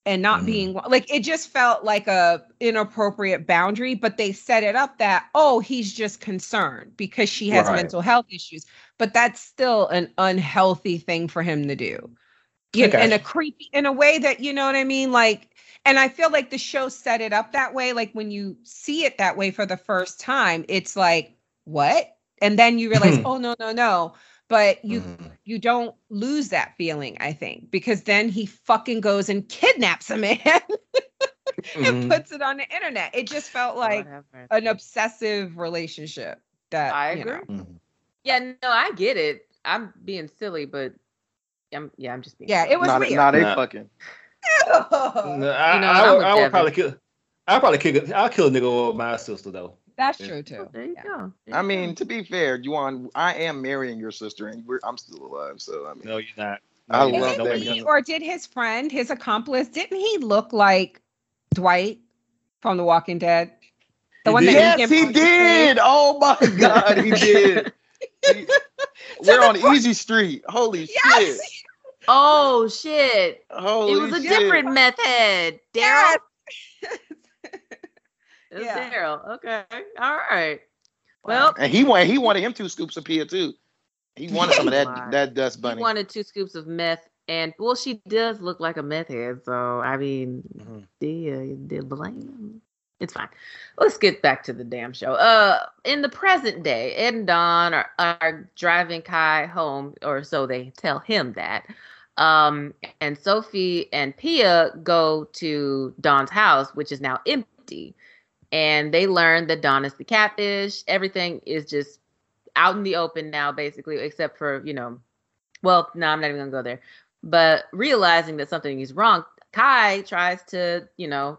D: and not
C: Mhm.
D: being like it just felt like a inappropriate boundary but they set it up that oh he's just concerned because she has
C: Right.
D: mental health issues but that's still an unhealthy thing for him to do you know,
C: Okay.
D: in a creepy in a way that you know what i mean like and i feel like the show set it up that way like when you see it that way for the first time it's like what and then you realize
C: Hmm.
D: oh no no no but you
C: Mhm.
D: you don't lose that feeling, I think, because then he fucking goes and kidnaps a man [LAUGHS] and
E: Mm.
C: Mhm.
D: puts it on the internet. It just felt
E: Lord
D: like
E: have mercy.
D: an obsessive relationship that
E: I
D: you
E: agree.
D: know.
A: Mm-hmm.
C: Mhm.
E: Yeah, no, I get it. I'm being silly, but I'm yeah, I'm just being
D: Yeah,
E: silly.
D: it was
A: Nah, they-
D: weird. [LAUGHS]
A: nah, they
C: Nah.
A: fucking.
C: No, I,
E: You know,
C: I
E: I'm
C: would,
E: with
C: I
E: Devin.
C: would probably kill. I probably kill. a- I'll kill a nigga over my sister though.
D: That's
C: Yeah.
D: true too.
E: There you
D: Yeah.
E: go. There
A: I
E: you
A: mean, to be fair, Juan, I am marrying your sister, and we're, I'm still alive. So I mean,
C: No, you're not.
A: I
C: No, you're
A: love
C: not.
A: that.
C: Don't
D: Didn't
C: make
D: he,
C: me-
D: or did his friend, his accomplice, didn't he look like Dwight from The Walking Dead? The
C: He
D: one
C: did.
D: that
A: yes, he
D: Negan
A: did. Oh my God, he did. He-
D: So
A: we're
D: the
A: on
D: point-
A: Easy Street. Holy
D: Yes. [LAUGHS]
A: shit!
E: Oh shit!
A: Holy
E: it was a
A: shit.
E: different method, Daryl.
G: Yes.
E: It was
G: Yeah.
E: Daryl. Okay. All right. Well,
A: And he wanted he wanted him two scoops of Pia too. He wanted some of
E: Wow.
A: that that dust
E: he
A: bunny.
E: wanted two scoops of meth, and well, she does look like a meth head. So I mean,
C: Mhm.
E: they did blame. It's fine. Let's get back to the damn show. Uh, in the present day, Ed and Don are, are driving Kai home, or so they tell him that. Um, and Sophie and Pia go to Don's house, which is now empty. And they learn that Don is the catfish. Everything is just out in the open now, basically, except for, you know, well, no, I'm not even gonna go there. But realizing that something is wrong, Kai tries to, you know,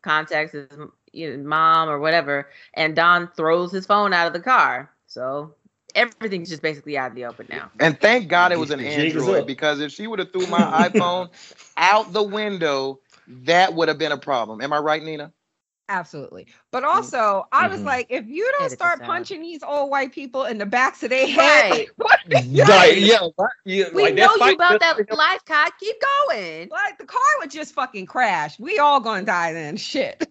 E: contact his you know, mom or whatever, and Don throws his phone out of the car. So everything's just basically out in the open now.
A: And thank God it was an
C: Jig- jig is
A: Android
C: up.
A: because if she would have threw
C: [LAUGHS]
A: my iPhone out the window, that would have been a problem. Am I right, Nina?
D: Absolutely. But
A: Mm.
D: also, I was
A: Mm-hmm.
C: Mhm.
D: like, if you don't
E: Edit this
D: start
E: out.
D: punching these old white people in the backs of their head,
E: Right.
D: [LAUGHS] what
C: [LAUGHS] Right, yeah, right, yeah.
E: We
C: like, that
E: know you
C: fight
E: about
C: just-
E: that life, Kai. Keep going.
D: like the car would just fucking crash. We all gonna die then. [LAUGHS] Shit.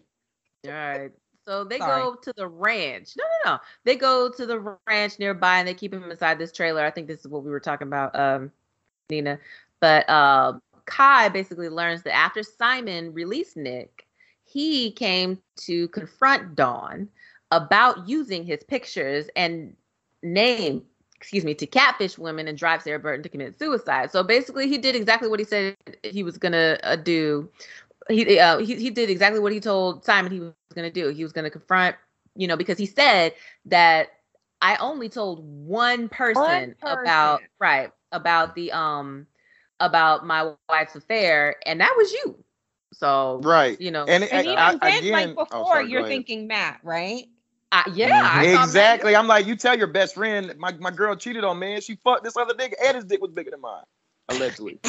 E: All right. So they
D: Sorry.
E: go to the ranch. No, no, no. They go to the ranch nearby and they keep him inside this trailer. I think this is what we were talking about, um, Nina. But uh, Kai basically learns that after Simon released Nick, he came to confront Dawn about using his pictures and name, excuse me, to catfish women and drive Sarah Burton to commit suicide. So basically, he did exactly what he said he was gonna uh, do he uh, he he did exactly what he told Simon he was going to do. He was going to confront, you know, because he said that I only told one person, about
G: person.
E: right about the um about my wife's affair, and that was you. So
A: Right.
E: you know,
A: And,
D: And
A: and
D: even
A: I,
D: then,
A: again,
D: like
A: oh,
D: before,
A: sorry, go
D: you're
A: ahead.
D: thinking Matt, right?
E: I, yeah, I thought-
A: Exactly. I'm like, you tell your best friend, my, my girl cheated on me and she fucked this other nigga and his dick was bigger than mine. Allegedly.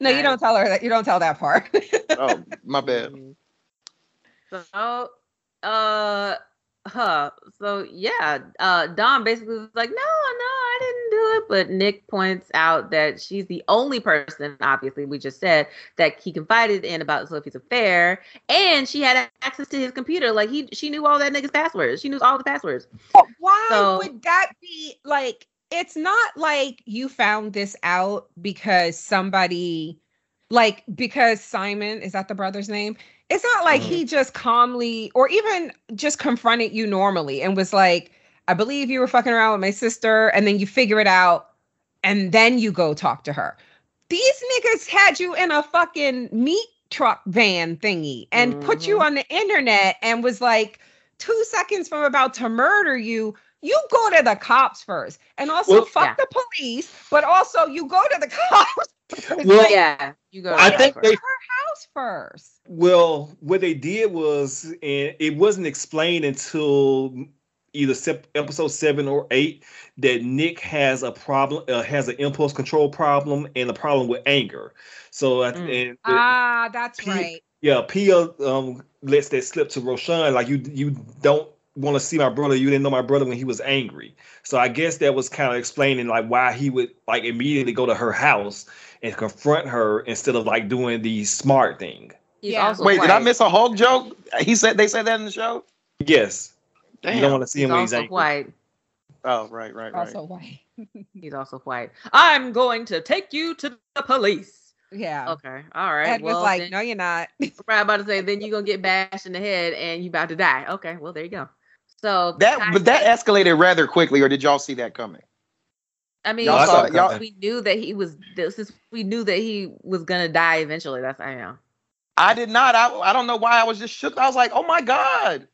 D: No, you
E: Right.
D: don't tell her that. You don't tell that part.
A: oh, my bad.
E: Mhm. Mm-hmm. So, uh, huh. So yeah, uh, Don basically was like, "No, no, I didn't do it." But Nick points out that she's the only person, obviously, we just said that he confided in about Sophie's affair, and she had access to his computer. Like he, she knew all that nigga's passwords. She knew all the passwords.
D: But why
E: So-
D: would that be like it's not like you found this out because somebody like because Simon is that the brother's name? It's not like
C: Mhm.
D: he just calmly or even just confronted you normally and was like, I believe you were fucking around with my sister, and then you figure it out, and then you go talk to her. These niggas had you in a fucking meat truck van thingy and put you
E: Mhm.
D: on the internet and was like two seconds from about to murder you. You go to the cops first, and also
C: Well-
D: fuck the police, but also you go to the [LAUGHS] cops
C: Well,
E: yeah, you go.
C: I think they
D: house first.
C: Well, what they did was, and it wasn't explained until either sep- episode seven or eight that Nick has a problem, uh, has an impulse control problem, and a problem with anger. So, I
E: Mm.
C: and,
D: Ah, that's
C: Pe-
D: right.
C: yeah, Pia um, lets that slip to Roshan. Like you, you don't want to see my brother. You didn't know my brother when he was angry. So I guess that was kind of explaining like why he would like immediately go to her house and confront her instead of like doing the smart thing.
E: He's
D: Yeah.
E: also
A: Wait, did I
E: white.
A: miss a Hulk joke? He said they said that in the show?
C: Yes. You don't
A: Damn.
C: want to see
E: He's
C: him when he's
E: also
C: angry.
E: white.
A: Oh, right, right, right.
D: Also white.
E: He's also white. I'm going to take you to the police.
D: Yeah.
E: Okay. All right.
D: Ed was
E: well,
D: like,
E: then-
D: "No, you're not."
E: Right, I'm about to say, then you're gonna get bashed in the head and you about to die. Okay, well there you go. So
A: that but that escalated rather quickly, or did y'all see that coming?
E: I mean,
A: y'all
E: since
A: saw- y'all-
E: we knew that he was since we knew that he was gonna die eventually. That's I know.
A: I did not. I, I don't know why I was just shook. I was like, oh my God,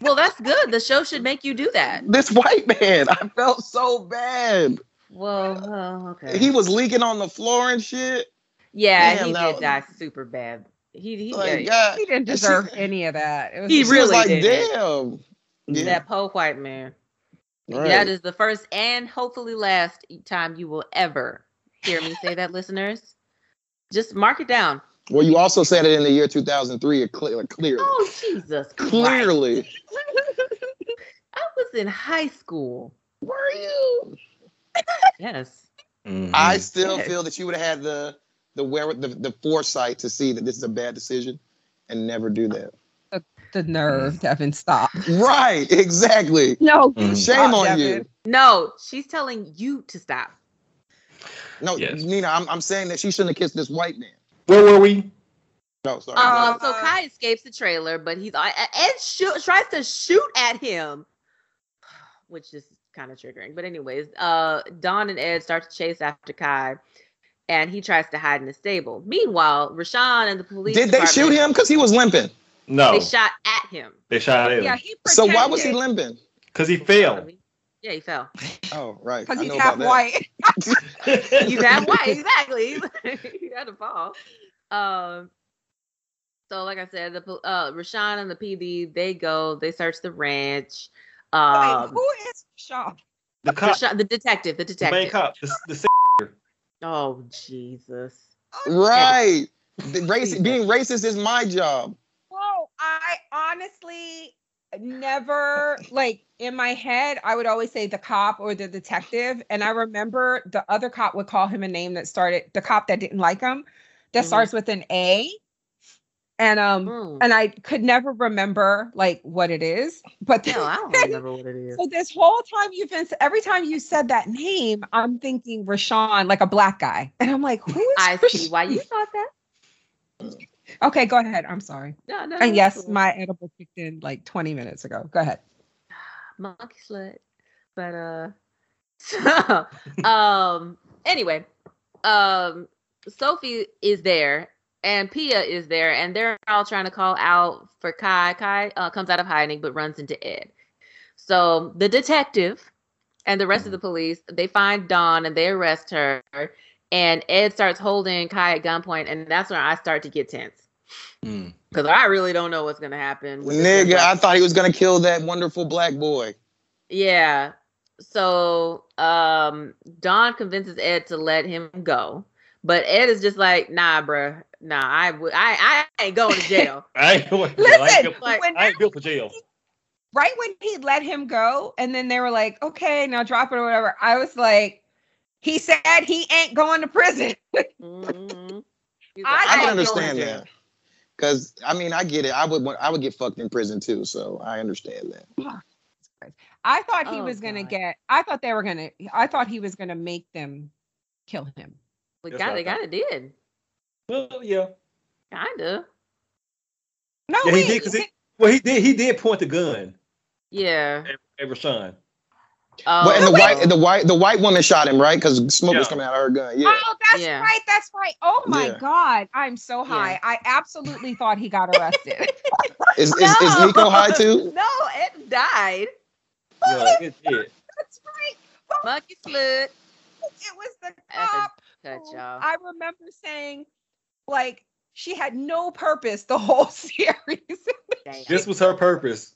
E: Well, that's good. The show should make you do that.
A: this white man. I felt so bad.
E: Well, well, okay.
A: He was leaking on the floor and shit.
E: yeah,
A: Damn,
E: he
A: that
E: did
A: was-
E: die super bad. He he,
A: Like,
E: yeah,
A: God.
D: he didn't deserve any of that. It was
E: He
A: She
D: just-
A: was
E: really
A: like,
E: did.
A: damn. Yeah.
E: that poor white man.
A: Right.
E: That is the first and hopefully last time you will ever hear me say that, listeners. Just mark it down.
A: Well, you also said it in the year 2003, it cle- like, clearly.
E: Oh Jesus! Christ.
A: clearly.
E: I was in high school.
A: Were you?
E: Yes.
C: Mm-hmm.
A: I still
D: Yes.
A: feel that you would have had the the where the, the foresight to see that this is a bad decision and never do that.
D: The nerve, Devin, stop.
A: Right, exactly.
D: No,
C: Mhm.
A: Shame
D: stop,
A: on you.
D: Devin.
E: No, she's telling you to stop.
A: No,
C: Yes.
A: Nina, I'm, I'm saying that she shouldn't have kissed this white man.
C: Where were we?
A: No, sorry.
E: Um, so
D: Uh,
E: Kai escapes the trailer, but he's uh, and shoot, tries to shoot at him, [SIGHS] which is kind of triggering. But anyways, uh, Don and Ed start to chase after Kai, and he tries to hide in the stable. Meanwhile, Rashawn and the police
A: Did they shoot
E: department,
A: him? Because he was limping.
C: No,
E: They shot at him.
C: they shot at
D: Yeah,
C: him
D: he
A: So why was he
D: pretended
A: limping?
C: because he failed.
E: Yeah, he fell.
A: Oh, right.
D: Because
A: I
D: he's
A: know
D: half
A: about that.
D: white.
E: [LAUGHS]
D: [LAUGHS]
E: you that way exactly [LAUGHS] you had to fall um so like i said the pol- uh rashawn and the pd they go they search the ranch
D: Like,
E: um
D: who is Shaw?
C: the cop,
E: Rashawn- the detective the
C: the
E: detective
C: main cop, the, the s-
E: oh jesus
A: Right.
D: [LAUGHS]
A: The race, being racist is my job.
D: Whoa, I honestly never like in my head I would always say the cop or the detective and I remember the other cop would call him a name that started the cop that didn't like him that
E: Mhm.
D: starts with an A and um
E: Mm.
D: and I could never remember like what it is but
E: no i
D: [LAUGHS]
E: don't remember what it is
D: so this whole time you've been every time you said that name I'm thinking Rashawn like a black guy and I'm like who is
E: i see
D: Rashawn?
E: why you thought that
D: Okay go ahead I'm sorry
E: no no
D: and
E: no,
D: yes
E: cool.
D: my edible kicked in like 20 minutes ago go ahead
E: monkey slut. But uh [LAUGHS] so um anyway, um Sophie is there and Pia is there and they're all trying to call out for Kai. Kai uh, comes out of hiding but runs into Ed. So the detective and the rest of the police, they find Dawn and they arrest her and Ed starts holding Kai at gunpoint and that's when I start to get tense.
C: Mm.
E: Cause I really don't know what's gonna happen. with this
A: Nigga,
E: gunfight.
A: I thought he was gonna kill that wonderful black boy.
E: Yeah. So um Don convinces Ed to let him go. But Ed is just like, nah, bruh. Nah, I would I, I ain't going to jail.
C: I ain't, going- I, ain't
D: Listen,
C: built,
E: like,
D: when
C: I ain't built for jail.
D: right when he let him go, and then they were like, okay, now drop it or whatever. I was like, he said he ain't going to prison. [LAUGHS]
E: Mhm. He's
D: I
A: I
E: ain't
A: can
E: going
A: understand
E: to jail.
A: that. Cause I mean, I get it. I would want, I would get fucked in prison too. So I understand that.
D: I thought he
E: Oh,
D: was gonna
E: God.
D: get. I thought they were gonna. I thought he was gonna make them kill him.
E: We
C: That's
E: got
C: what
E: it,
C: I thought.
E: got it did.
C: Well, yeah.
E: Kinda.
D: No,
C: Yeah, he
D: wait,
C: did, 'cause he- Well, he did. He did point the gun
E: Yeah.
C: at Rashawn.
E: Oh,
A: but and the white, the white, the white woman shot him, right? Because smoke was
C: Yeah.
A: coming out of her gun.
E: [LAUGHS]
A: Yeah.
D: Oh, that's
E: Yeah.
D: right. That's right. Oh my
A: Yeah.
D: God, I'm so high.
E: Yeah.
D: I absolutely thought he got
E: [LAUGHS]
D: arrested.
A: Is, is, is
E: No.
A: Nico high too?
E: No, Ed died.
C: Yeah, it did.
D: that's right.
E: Monkey slut.
D: It was the
E: At the
D: cop.
E: Cut
D: Oh,
E: y'all.
D: I remember saying, like, she had no purpose the whole [LAUGHS] series.
E: Damn.
C: This was her purpose.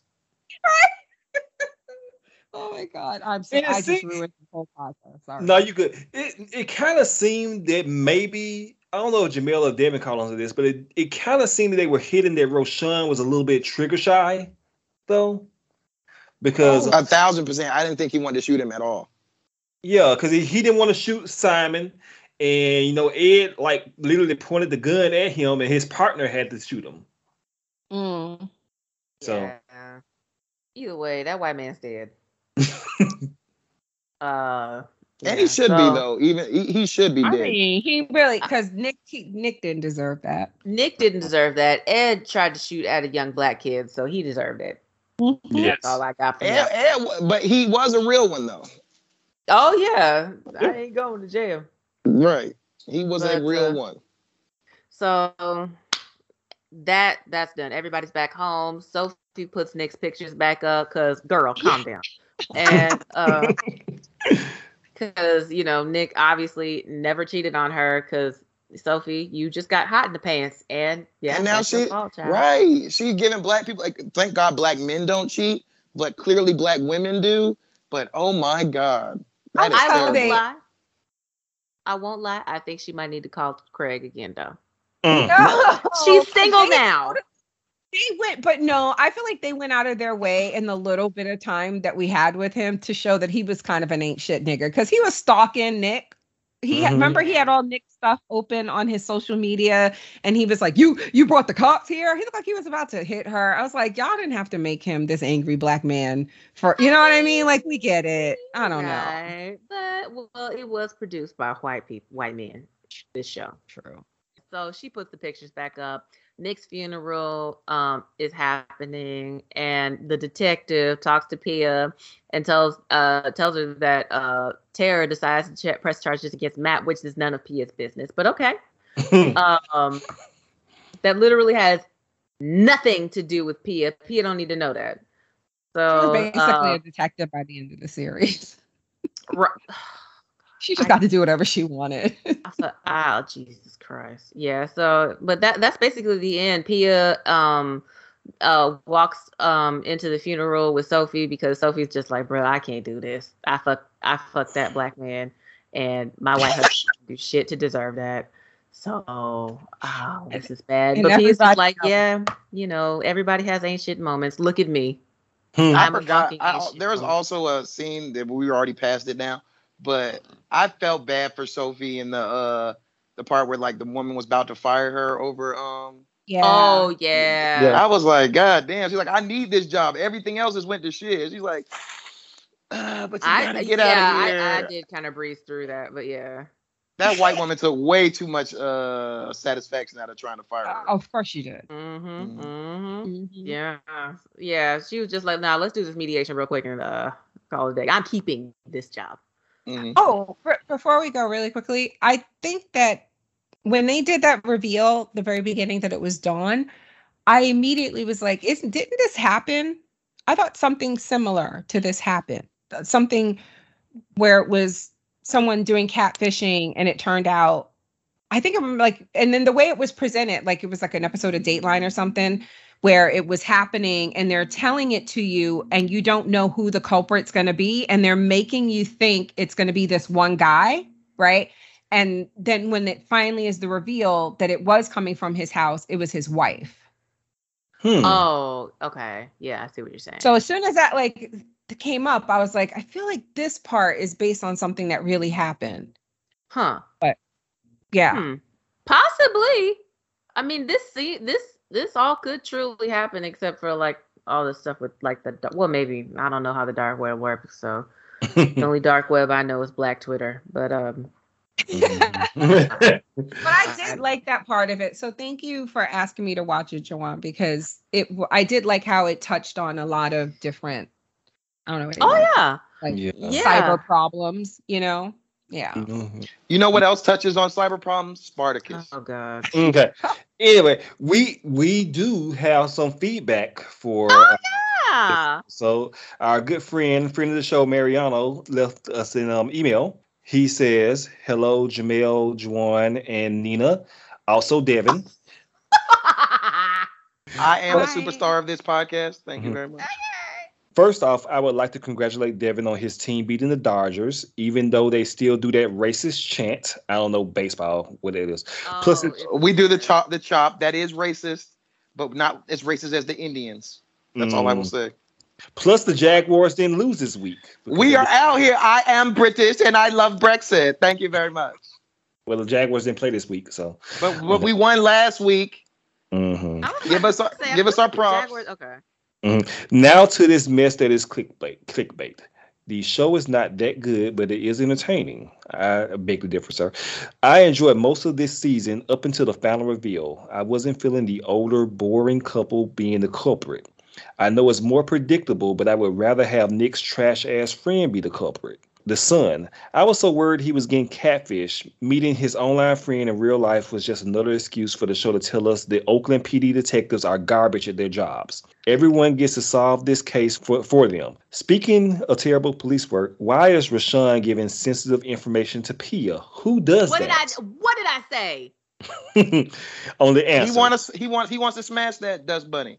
D: oh my god, I'm so
C: And it
D: I just
C: seems-
D: ruined the whole podcast. Sorry.
C: No, you could. It it kind of seemed that maybe I don't know if Jamel or Devin called onto this, but it, it kind of seemed that they were hitting that Roshan was a little bit trigger shy, though, because
E: Oh.
A: A thousand percent. I didn't think he wanted to shoot him at all.
C: yeah, because he, he didn't want to shoot Simon, and you know Ed like literally pointed the gun at him, and his partner had to shoot him.
D: Mm.
C: So
E: Yeah. Either way, that white
A: [LAUGHS]
E: man's dead. uh
A: And
E: yeah,
A: he should
E: so-
A: be though. Even he, he should be
D: I
A: dead.
D: mean, he really because Nick he, Nick didn't deserve that.
E: Nick didn't deserve that. Ed tried to shoot at a young black kid, so he deserved it.
C: yes,
A: Mm-hmm.
E: That's all I got from
A: Ed-
E: that.
A: Ed wa- but he was a real one though.
E: Oh yeah, I ain't going to jail.
A: Right. He was
E: But,
A: a real
E: uh,
A: one.
E: So that that's done. Everybody's back home. Sophie puts Nick's pictures back up because girl, calm down. And
A: [LAUGHS]
E: uh because you know Nick obviously never cheated on her because Sophie, you just got hot in the pants, and yeah,
A: And now
E: that's your
A: she-
E: fault, child.
A: Right. She giving black people like thank God black men don't cheat, but clearly black women do. But oh my God. That is
E: I won't
A: terrible.
E: lie. I won't lie. I think she might need to call Craig again
A: [LAUGHS]
E: though.
C: Mm.
A: Oh,
D: No,
E: She's single
D: they-
E: now.
D: They went, but no, I feel like they went out of their way in the little bit of time that we had with him to show that he was kind of an ain't shit nigger because he was stalking Nick He had, remember he had all Nick's stuff open on his social media, and he was like, "You you brought the cops here." He looked like he was about to hit her. I was like, "Y'all didn't have to make him this angry black man for you know what I mean? Like we get it. I don't know.
E: Right. But well, it was produced by white people, white men. This show.
D: True.
E: So she puts the pictures back up. Nick's funeral um, is happening, and the detective talks to Pia and tells uh, tells her that uh, Tara decides to ch- press charges against Matt, which is none of Pia's business. But okay, um, that literally has nothing to do with Pia. Pia don't need to know that.
D: She was
E: So
D: basically
E: uh,
D: a detective by the end of the series. [LAUGHS]
E: ri-
D: She just
E: I-
D: got to do whatever she wanted. [LAUGHS]
E: I thought, oh Jesus Christ. Yeah. So, but that that's basically the end. Pia um uh walks um into the funeral with Sophie because Sophie's just like, bro, I can't do this. I fuck I fuck that black man, and my white husband didn't do shit to deserve that. So, oh, this is bad.
D: And
E: But Pia's just
D: everybody
E: like, yeah, you know, everybody has ancient moments. Look at me.
C: Hmm.
E: I'm
A: I
E: a
A: forgot.
E: donkey
A: I,
E: issue.
A: there was also a scene that we already passed it now, but I felt bad for Sophie in the uh the part where like the woman was about to fire her over um.
D: yeah.
E: Oh yeah.
C: Yeah.
A: I was like, God damn. She's like, I need this job. Everything else has went to shit. She's like, uh, but you gotta get out of here.
E: I, I did kind of breeze through that, but yeah.
A: That white woman took way too much uh satisfaction out of trying to fire
D: Uh,
E: Oh.
A: her.
D: of course you did.
A: Mhm.
E: Mm-hmm. Mm-hmm. Yeah. Yeah. She was just like, nah, let's do this mediation real quick and uh call it a day. I'm keeping this job.
A: Mhm.
D: Oh, for, before we go really quickly, I think that when they did that reveal the very beginning that it was Dawn, I immediately was like, "Isn't didn't this happen?" I thought something similar to this happened. Uh, Something where it was someone doing catfishing and it turned out I think I'm like and then the way it was presented, like it was like an episode of Dateline or something where it was happening and they're telling it to you and you don't know who the culprit's going to be and they're making you think it's going to be this one guy right and then when it finally is the reveal that it was coming from his house it was his wife
C: [LAUGHS]
E: [LAUGHS]
C: Hmm. [LAUGHS]
E: Oh, okay. Yeah, I see what you're saying.
D: so as soon as that like came up i was like i feel like this part is based on something that really happened
E: huh.
D: yeah
E: Hmm. Possibly. I mean, this see this this all could truly happen except for like all this stuff with like the dar- well maybe I don't know how the dark web works, so
A: [LAUGHS]
E: the only dark web I know is black Twitter. But um
D: But I did like that part of it. So thank you for asking me to watch it, Joanne, because it I did like how it touched on a lot of different I don't know. what it
E: oh
D: is,
E: yeah.
C: yeah.
E: Yeah.
D: Cyber problems, you know? Yeah.
C: Mhm.
A: You know what else touches on cyber problems? Spartacus.
E: Oh god. [LAUGHS]
C: Okay. Anyway, we we do have some feedback for
E: Oh yeah.
C: So our good friend, friend of the show, Mariano, left us an um, email. He says, "Hello, Jamel, Juan, and Nina, also Devin.
E: Oh,
A: I am a
D: Right.
A: superstar of this podcast. Thank
E: Mm-hmm.
A: you
C: Mhm.
A: very much.
C: First off, I would like to congratulate Devin on his team beating the Dodgers, even though they still do that racist chant. I don't know baseball what it is. Plus-
E: it's-
A: We do the chop, the chop. That is racist, but not as racist as the Indians. That's all I will
C: Mm.
A: say.
C: Plus, the Jaguars didn't lose this week.
A: We are out here. I am British and I love Brexit. Thank you very much.
C: well. The Jaguars didn't play this week, so
A: But what we won last week.
C: mhm.
E: I was
A: Give
E: about
A: us
E: to
A: our-
E: say, I
A: give us
E: feel
A: our
E: like the
A: props.
E: Jaguars- Okay.
C: Now to this mess that is clickbait. Clickbait. The show is not that good, but it is entertaining. I beg the difference, sir. I enjoyed most of this season up until the final reveal. I wasn't feeling the older, boring couple being the culprit. I know it's more predictable, but I would rather have Nick's trash ass friend be the culprit. The son. I was so worried he was getting catfish. Meeting his online friend in real life was just another excuse for the show to tell us the Oakland PD detectives are garbage at their jobs. Everyone gets to solve this case for, for them. Speaking of terrible police work, why is Rashawn giving sensitive information to Pia? Who does
E: What did I?
C: that? [LAUGHS]
E: What did I say?
C: On the answer.
A: He wants he wants he wants to smash that dust bunny.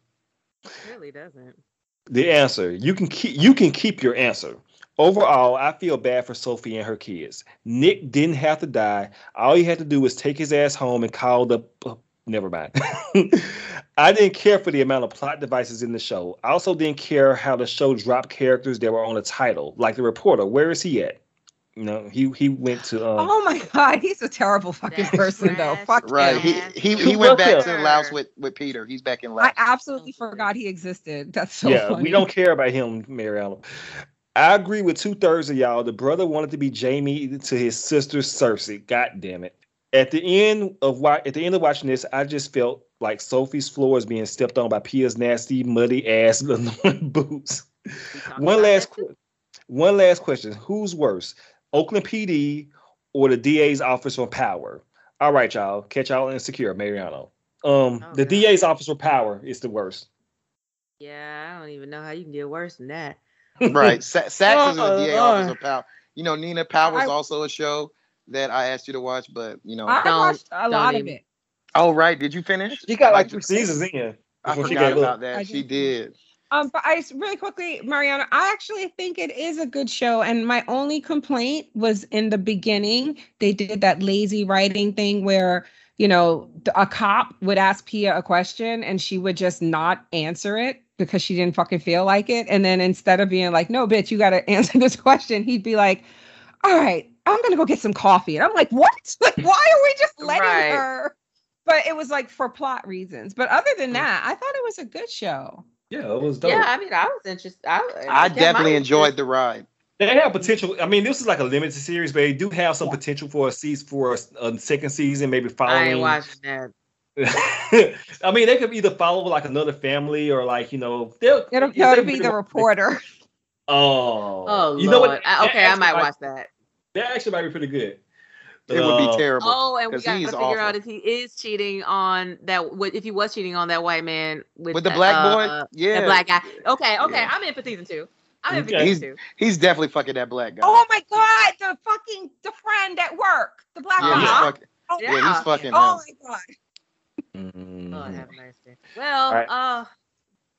E: Really doesn't.
C: the answer. You can keep you can keep your answer. Overall, I feel bad for Sophie and her kids. Nick didn't have to die. All he had to do was take his ass home and call the oh, never mind. [LAUGHS] I didn't care for the amount of plot devices in the show. I also didn't care how the show dropped characters that were on the title, like the reporter. Where is he at? No, he he went to. Uh,
D: Oh my god, he's a terrible fucking
E: That's
D: person though.
E: trash.
D: Fuck
A: Right.
D: him.
A: He
E: Yeah.
A: he,
C: He
A: he went back
C: was
A: to
E: there.
A: Laos with, with Peter. He's back in
D: I
A: Laos.
D: absolutely forgot he existed. That's [LAUGHS] so
C: yeah,
D: funny.
C: we don't care about him, Mary Allen. I agree with two thirds of y'all. The brother wanted to be Jamie to his sister Cersei. God damn it! At the end of wa- at the end of watching this, I just felt like Sophie's floor is being stepped on by Pia's nasty, muddy ass [LAUGHS] boots.
E: We talked
C: One
E: about
C: last,
E: that too.
C: que- one last question: Who's worse, Oakland PD or the DA's office on power? All right, y'all. Catch y'all insecure, Mariano. Um,
E: Oh,
C: the
E: God.
C: DA's office on power is the worst.
E: Yeah, I don't even know how you can get worse than that.
A: Right. Sa- Sax is a
C: [LAUGHS] Oh,
A: DA
C: Lord.
A: officer power. You know, Nina Powers
D: I-
A: also a show that I asked you to watch, but you know.
D: I
E: Don't-
D: watched a lot of
E: even-
D: it.
A: oh, right. Did you finish?
C: She got like
A: like,
C: three seasons in.
A: I
C: before she
A: forgot
C: gave up.
A: about
D: I
A: that. She
D: didn't.
A: did.
D: Um, but I really quickly, Mariana, I actually think it is a good show. And my only complaint was in the beginning, they did that lazy writing thing where, you know, th- a cop would ask Pia a question and she would just not answer it because she didn't fucking feel like it. And then instead of being like, no, bitch, you got to [LAUGHS] answer this question, he'd be like, all right, I'm going to go get some coffee. And I'm like, what? [LAUGHS] Like, why are we just letting
E: Right.
D: her? But it was like for plot reasons. But other than that, I thought it was a good show.
C: Yeah, it was dope.
E: Yeah, I mean, I was interested. I, uh,
A: I
E: yeah,
A: definitely
E: mine-
A: enjoyed the ride.
C: They have potential. I mean, this is like a limited series, but they do have some potential for a season for a, s- a second season, maybe
E: I
C: following.
E: ain't
C: [LAUGHS]
E: watching that.
C: I mean, they could either follow like another family or like you know they'll.
D: It'll,
C: if
D: no,
C: they
D: it'll be
C: really
D: the
C: want-
D: reporter.
C: Oh,
E: Oh, Lord.
C: you know what?
E: I,
C: That
E: okay, I
C: actually
E: might watch that.
C: That actually might be pretty good.
A: It would
C: Uh,
A: be terrible.
E: Oh, and we
A: 'cause
E: got to
A: he's
E: figure
A: awful.
E: out if he is cheating on that. What if he was cheating on that white man with,
A: With the black
E: uh,
A: boy? Yeah.
E: The black guy. Okay, okay.
A: Yeah.
E: I'm in for season two. I'm in for
C: Okay.
E: season two.
A: He's definitely fucking that black guy.
D: Oh my god, the fucking the friend at work, the black
A: yeah, he's
E: Uh-huh.
D: guy.
A: fucking,
D: Oh,
A: yeah, he's
E: Yeah.
A: fucking
D: oh
A: him.
D: my god.
C: mhm.
E: Lord have mercy. Well,
C: Alright.
E: uh,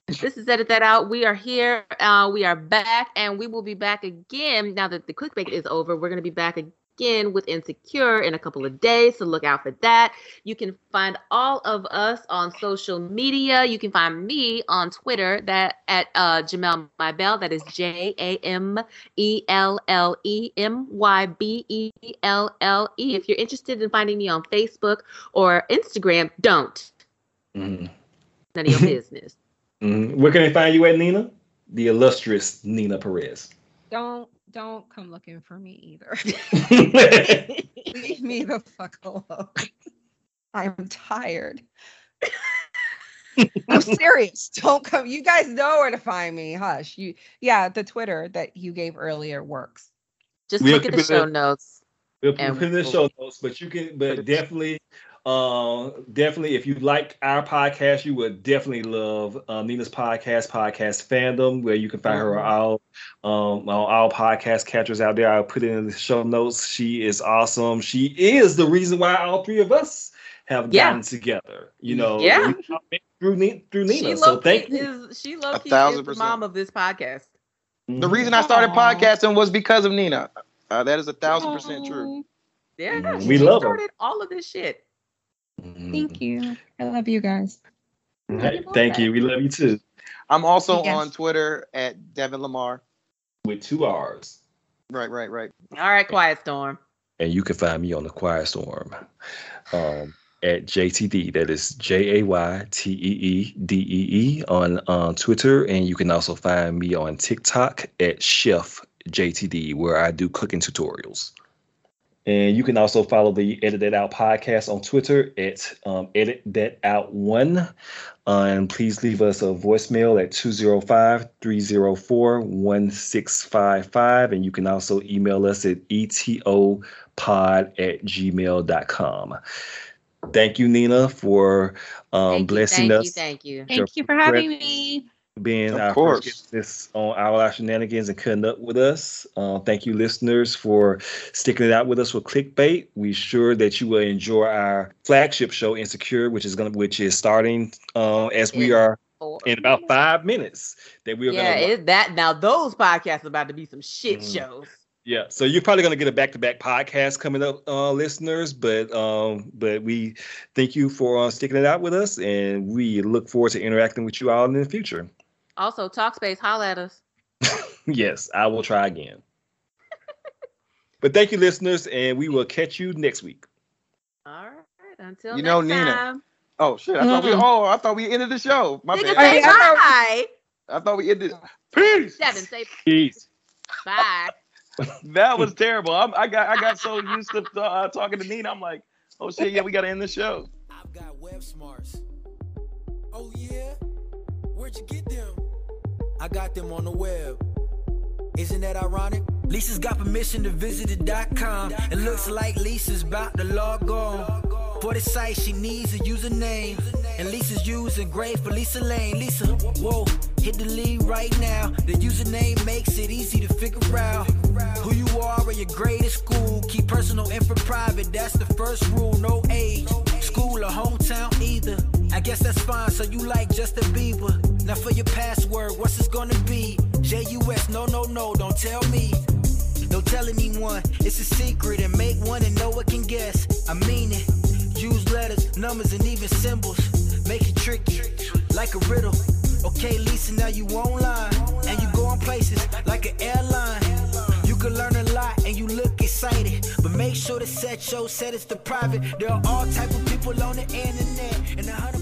E: this is Edit That Out. We are here. Uh, we are back, and we will be back again now that the clickbait is over. We're going to be back again with Insecure in a couple of days, so look out for that. You can find all of us on social media. You can find me on Twitter that at uh, Jamel Mybell. That is J A M E L L E M Y B E L L E. If you're interested in finding me on Facebook or Instagram, don't.
C: Mhm.
E: None
C: [LAUGHS]
E: of your business.
C: Mhm. Where can they find you at, Nina? The illustrious
E: [LAUGHS]
C: Nina Perez.
D: Don't don't come looking for me [LAUGHS] either.
C: All
D: Leave me the fuck alone. I'm tired. I'm serious. Don't come. You guys know where to find me. Hush. You yeah, the Twitter that you gave earlier works.
E: Just
C: We'll
E: look at the
C: keep it
E: show
C: in.
E: notes.
C: We'll put
E: And
C: it in the
E: we'll-
C: show notes, but you can, but definitely, uh, definitely, if you like our podcast, you would definitely love uh, Nina's podcast, Podcast Fandom, where you can find her on
E: Mm-hmm.
C: all, um, on all podcast catchers out there. I'll put it in the show notes. She is awesome. She is the reason why all three of us have
E: Yeah.
C: gotten together. You know,
E: Yeah.
C: we all met through Ni- through Nina.
E: She
C: So
E: low
C: thank
E: key
C: you.
E: is she low
A: A
E: key is
A: thousand
E: the
A: percent.
E: mom of this podcast.
A: The reason I started
D: Aw.
A: podcasting was because of Nina. Uh, that is a thousand percent
E: Oh.
A: true.
D: Oh,
E: Yeah,
C: Mm,
E: she-
C: we
E: she
C: love her.
E: started all of this shit.
C: Mhm.
D: Thank you. I love you guys.
C: Hey, thank you. We love you too.
A: I'm also
D: Yes.
A: on Twitter at Devin Lamar.
C: With two R's.
A: Right, right, right.
E: All right, Quiet Storm.
C: and you can find me on the Quiet Storm um, at JTD. That is J A Y T E E D E E on um, Twitter, and you can also find me on TikTok at Chef JTD, where I do cooking tutorials. And you can also follow the Edit That Out podcast on Twitter at um, Edit That Out One. Uh, and please leave us a voicemail at 205 304 1655. And you can also email us at etopod at gmail.com. Thank you, Nina, for um,
E: Thank you,
C: blessing
E: thank
C: us
E: you, thank you.
C: Your
D: Thank you for having
C: breath-
D: me.
C: being
A: Of
C: our
A: course.
C: first guest this on Our Life Shenanigans and cutting up with us. Uh, thank you, listeners, for sticking it out with us for clickbait. We sure that you will enjoy our flagship show, Insecure, which is gonna which is starting uh, as we
E: Yeah.
C: are
E: Oh,
C: in about five minutes. That we are
E: yeah,
C: gonna
E: it, that now those podcasts about to be some shit
C: Mm.
E: shows.
C: yeah. So you're probably gonna get a back to back podcast coming up, uh, listeners. But um, but we thank you for uh, sticking it out with us, and we look forward to interacting with you all in the future.
E: Also, Talkspace, holla at us.
C: yes, I will try again. But thank you, listeners, and we will catch you next week.
E: All right. Until
A: You
E: next
A: know Nina.
E: time.
A: Oh shit! I thought we
D: Mhm.
A: oh I thought we ended the show. My
E: Mm-hmm. Nigga,
A: bad.
E: say
D: Hey, I thought-
E: bye.
A: I thought we ended. Peace.
E: Devin, say
C: Peace.
E: bye.
A: That was terrible. I'm, I got I got so used to uh, talking to Nina. I'm like, oh shit, yeah, we gotta end the show.
F: I've got web smarts. Oh yeah? Where'd you get them? I got them on the web. Isn't that ironic? Lisa's got permission to visit it.com. It looks like Lisa's about to log on. For the site, she needs a username. And Lisa's using great for Lisa Lane. Lisa, whoa, hit the lead right now. The username makes it easy to figure out who you are or your grade at school. Keep personal info private, that's the first rule. No age, school, or hometown either. I guess that's fine, so you like Justin Bieber. Now for your password, what's this gonna be? JUS, no, no, no, don't tell me. Don't tell anyone, it's a secret and make one and no one can guess. I mean it. Use letters, numbers, and even symbols. Make it tricky, like a riddle. Okay, Lisa, now you online. And you going places like an airline. You can learn a lot and you look excited. But make sure to set your settings to private. There are all type of people on the internet. And a hundred